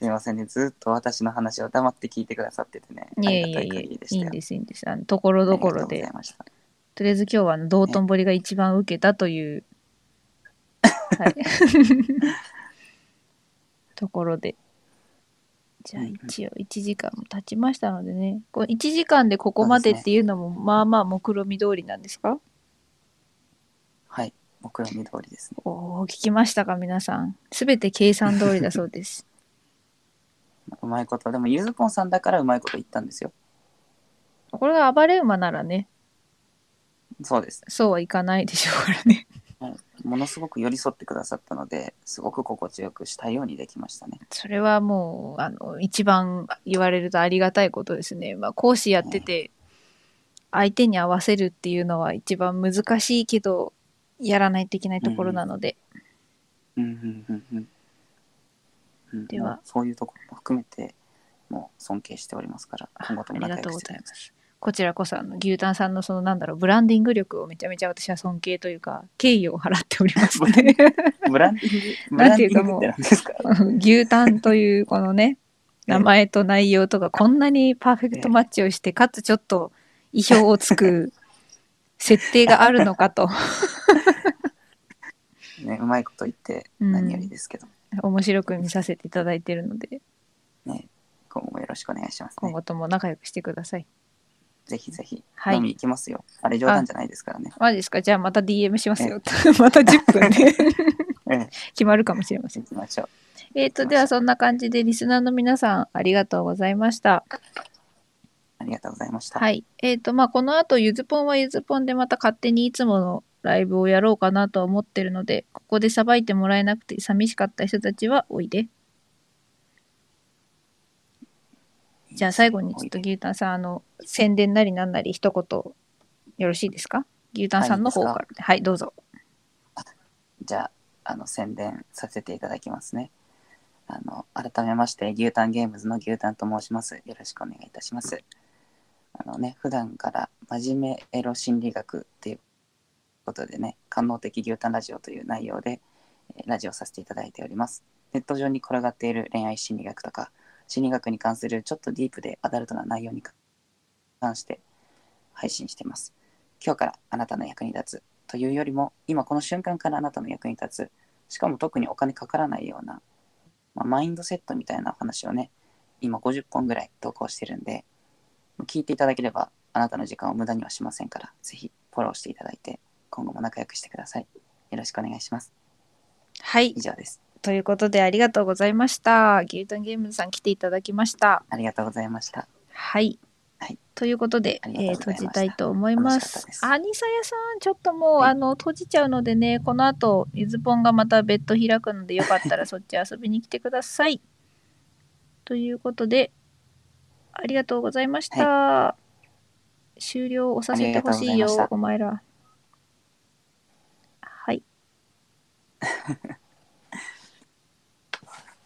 B: すいませんね、ずっと私の話を黙って聞いてくださっててね、あ
A: いえ
B: り
A: い
B: が
A: え
B: たい
A: いえ
B: 限りでし
A: い
B: た
A: いん
B: よ。
A: ですいいんですあのところどころ
B: ありがと
A: で
B: うございました
A: とりあえず今日はあの道頓堀が一番受けたという、 はい、ところでじゃあ
B: うんうん
A: 一応1時間も経ちましたのでねこう1時間でここまでっていうのもまあまあ目論見通りなんですか
B: はい、目論見通りですね。
A: おお聞きましたか皆さんすべて計算通りだそう です
B: うまいこと、でもゆずぽんさんだからうまいこと言ったんですよ。
A: これが暴れ馬ならね、
B: そうです。
A: そうはいかないでしょうからね。
B: ものすごく寄り添ってくださったので、すごく心地よくしたようにできましたね。
A: それはもう、あの、一番言われるとありがたいことですね。まあ、講師やってて、相手に合わせるっていうのは一番難しいけど、やらないといけないところなので、
B: うんうんうんうんうん。
A: では
B: もうそういうところも含めて、もう尊敬しておりますから、今後とも
A: あり
B: 仲
A: がと
B: 良
A: う
B: く
A: ご
B: して
A: ざ
B: く
A: い
B: だ
A: ま
B: さ
A: す。こちらこそ、あの、牛タンさんのその、なんだろう、ブランディング力をめちゃめちゃ私は尊敬というか、敬意を払っておりますので、
B: い。ブランディング、ブ
A: な
B: ラ
A: ん
B: ン
A: ていう
B: デ
A: か
B: ィングって
A: も
B: 何ですか
A: 牛タンというこのね名前と内容とかこんなにパーフェクトマッチをしてかつちょっと意表をつく設定があるのかと
B: ね、うまいこと言って
A: うん
B: 何よりですけど、
A: 面白く見させていただいているので
B: 今後もよろしくお願いします
A: 今
B: ね。
A: 後とも仲良くしてください。
B: ぜひぜひ、
A: はい
B: 飲み行きますよ。あれ冗談じゃないですからね。
A: マジですかじゃあまた DM しますよ。また10分で
B: ええ、
A: 決まるかもしれません。
B: 行きましょう。
A: えっ、とではそんな感じでリスナーの皆さんありがとうございました。
B: ありがとうございました。
A: はい。えっ、と、まあ、この後、ゆずぽんはゆずぽんでまた勝手にいつものライブをやろうかなとは思ってるので、ここでさばいてもらえなくて寂しかった人たちはおいで。じゃあ最後にちょっと牛タンさん、あの、宣伝なりなんなり一言よろしいですか牛タンさんの方から。はい、どうぞ。
B: じゃあ、あの、宣伝させていただきますね。あの、改めまして、牛タンゲームズの牛タンと申します。よろしくお願いいたします。あのね、普段から真面目エロ心理学っていうことでね、官能的牛タンラジオという内容で、えーラジオさせていただいております。ネット上に転がっている恋愛心理学とか、心理学に関するちょっとディープでアダルトな内容に関して配信しています。今日からあなたの役に立つというよりも今この瞬間からあなたの役に立つしかも特にお金かからないような、まあ、マインドセットみたいなお話をね今50本ぐらい投稿してるんで聞いていただければあなたの時間を無駄にはしませんからぜひフォローしていただいて今後も仲良くしてくださいよろしくお願いします
A: はい
B: 以。上です
A: ということで、ありがとうございました。牛タンゲームズさん来ていただきました。
B: ありがとうございました
A: はい。
B: はい
A: ということで、
B: あ
A: え
B: りが
A: ー
B: と
A: 閉
B: うございました
A: じたいと思いま
B: 楽しか
A: す
B: ったで。す
A: アニサヤさん、ちょっともう、
B: はい
A: あの閉じちゃうのでね、この後、ゆずぽんがまた別途開くので、よかったらそっち遊びに来てください。ということで、ありがとうございました。終了をさせてほし
B: あ
A: い
B: り
A: よ
B: がとうございました、
A: お前ら。はい。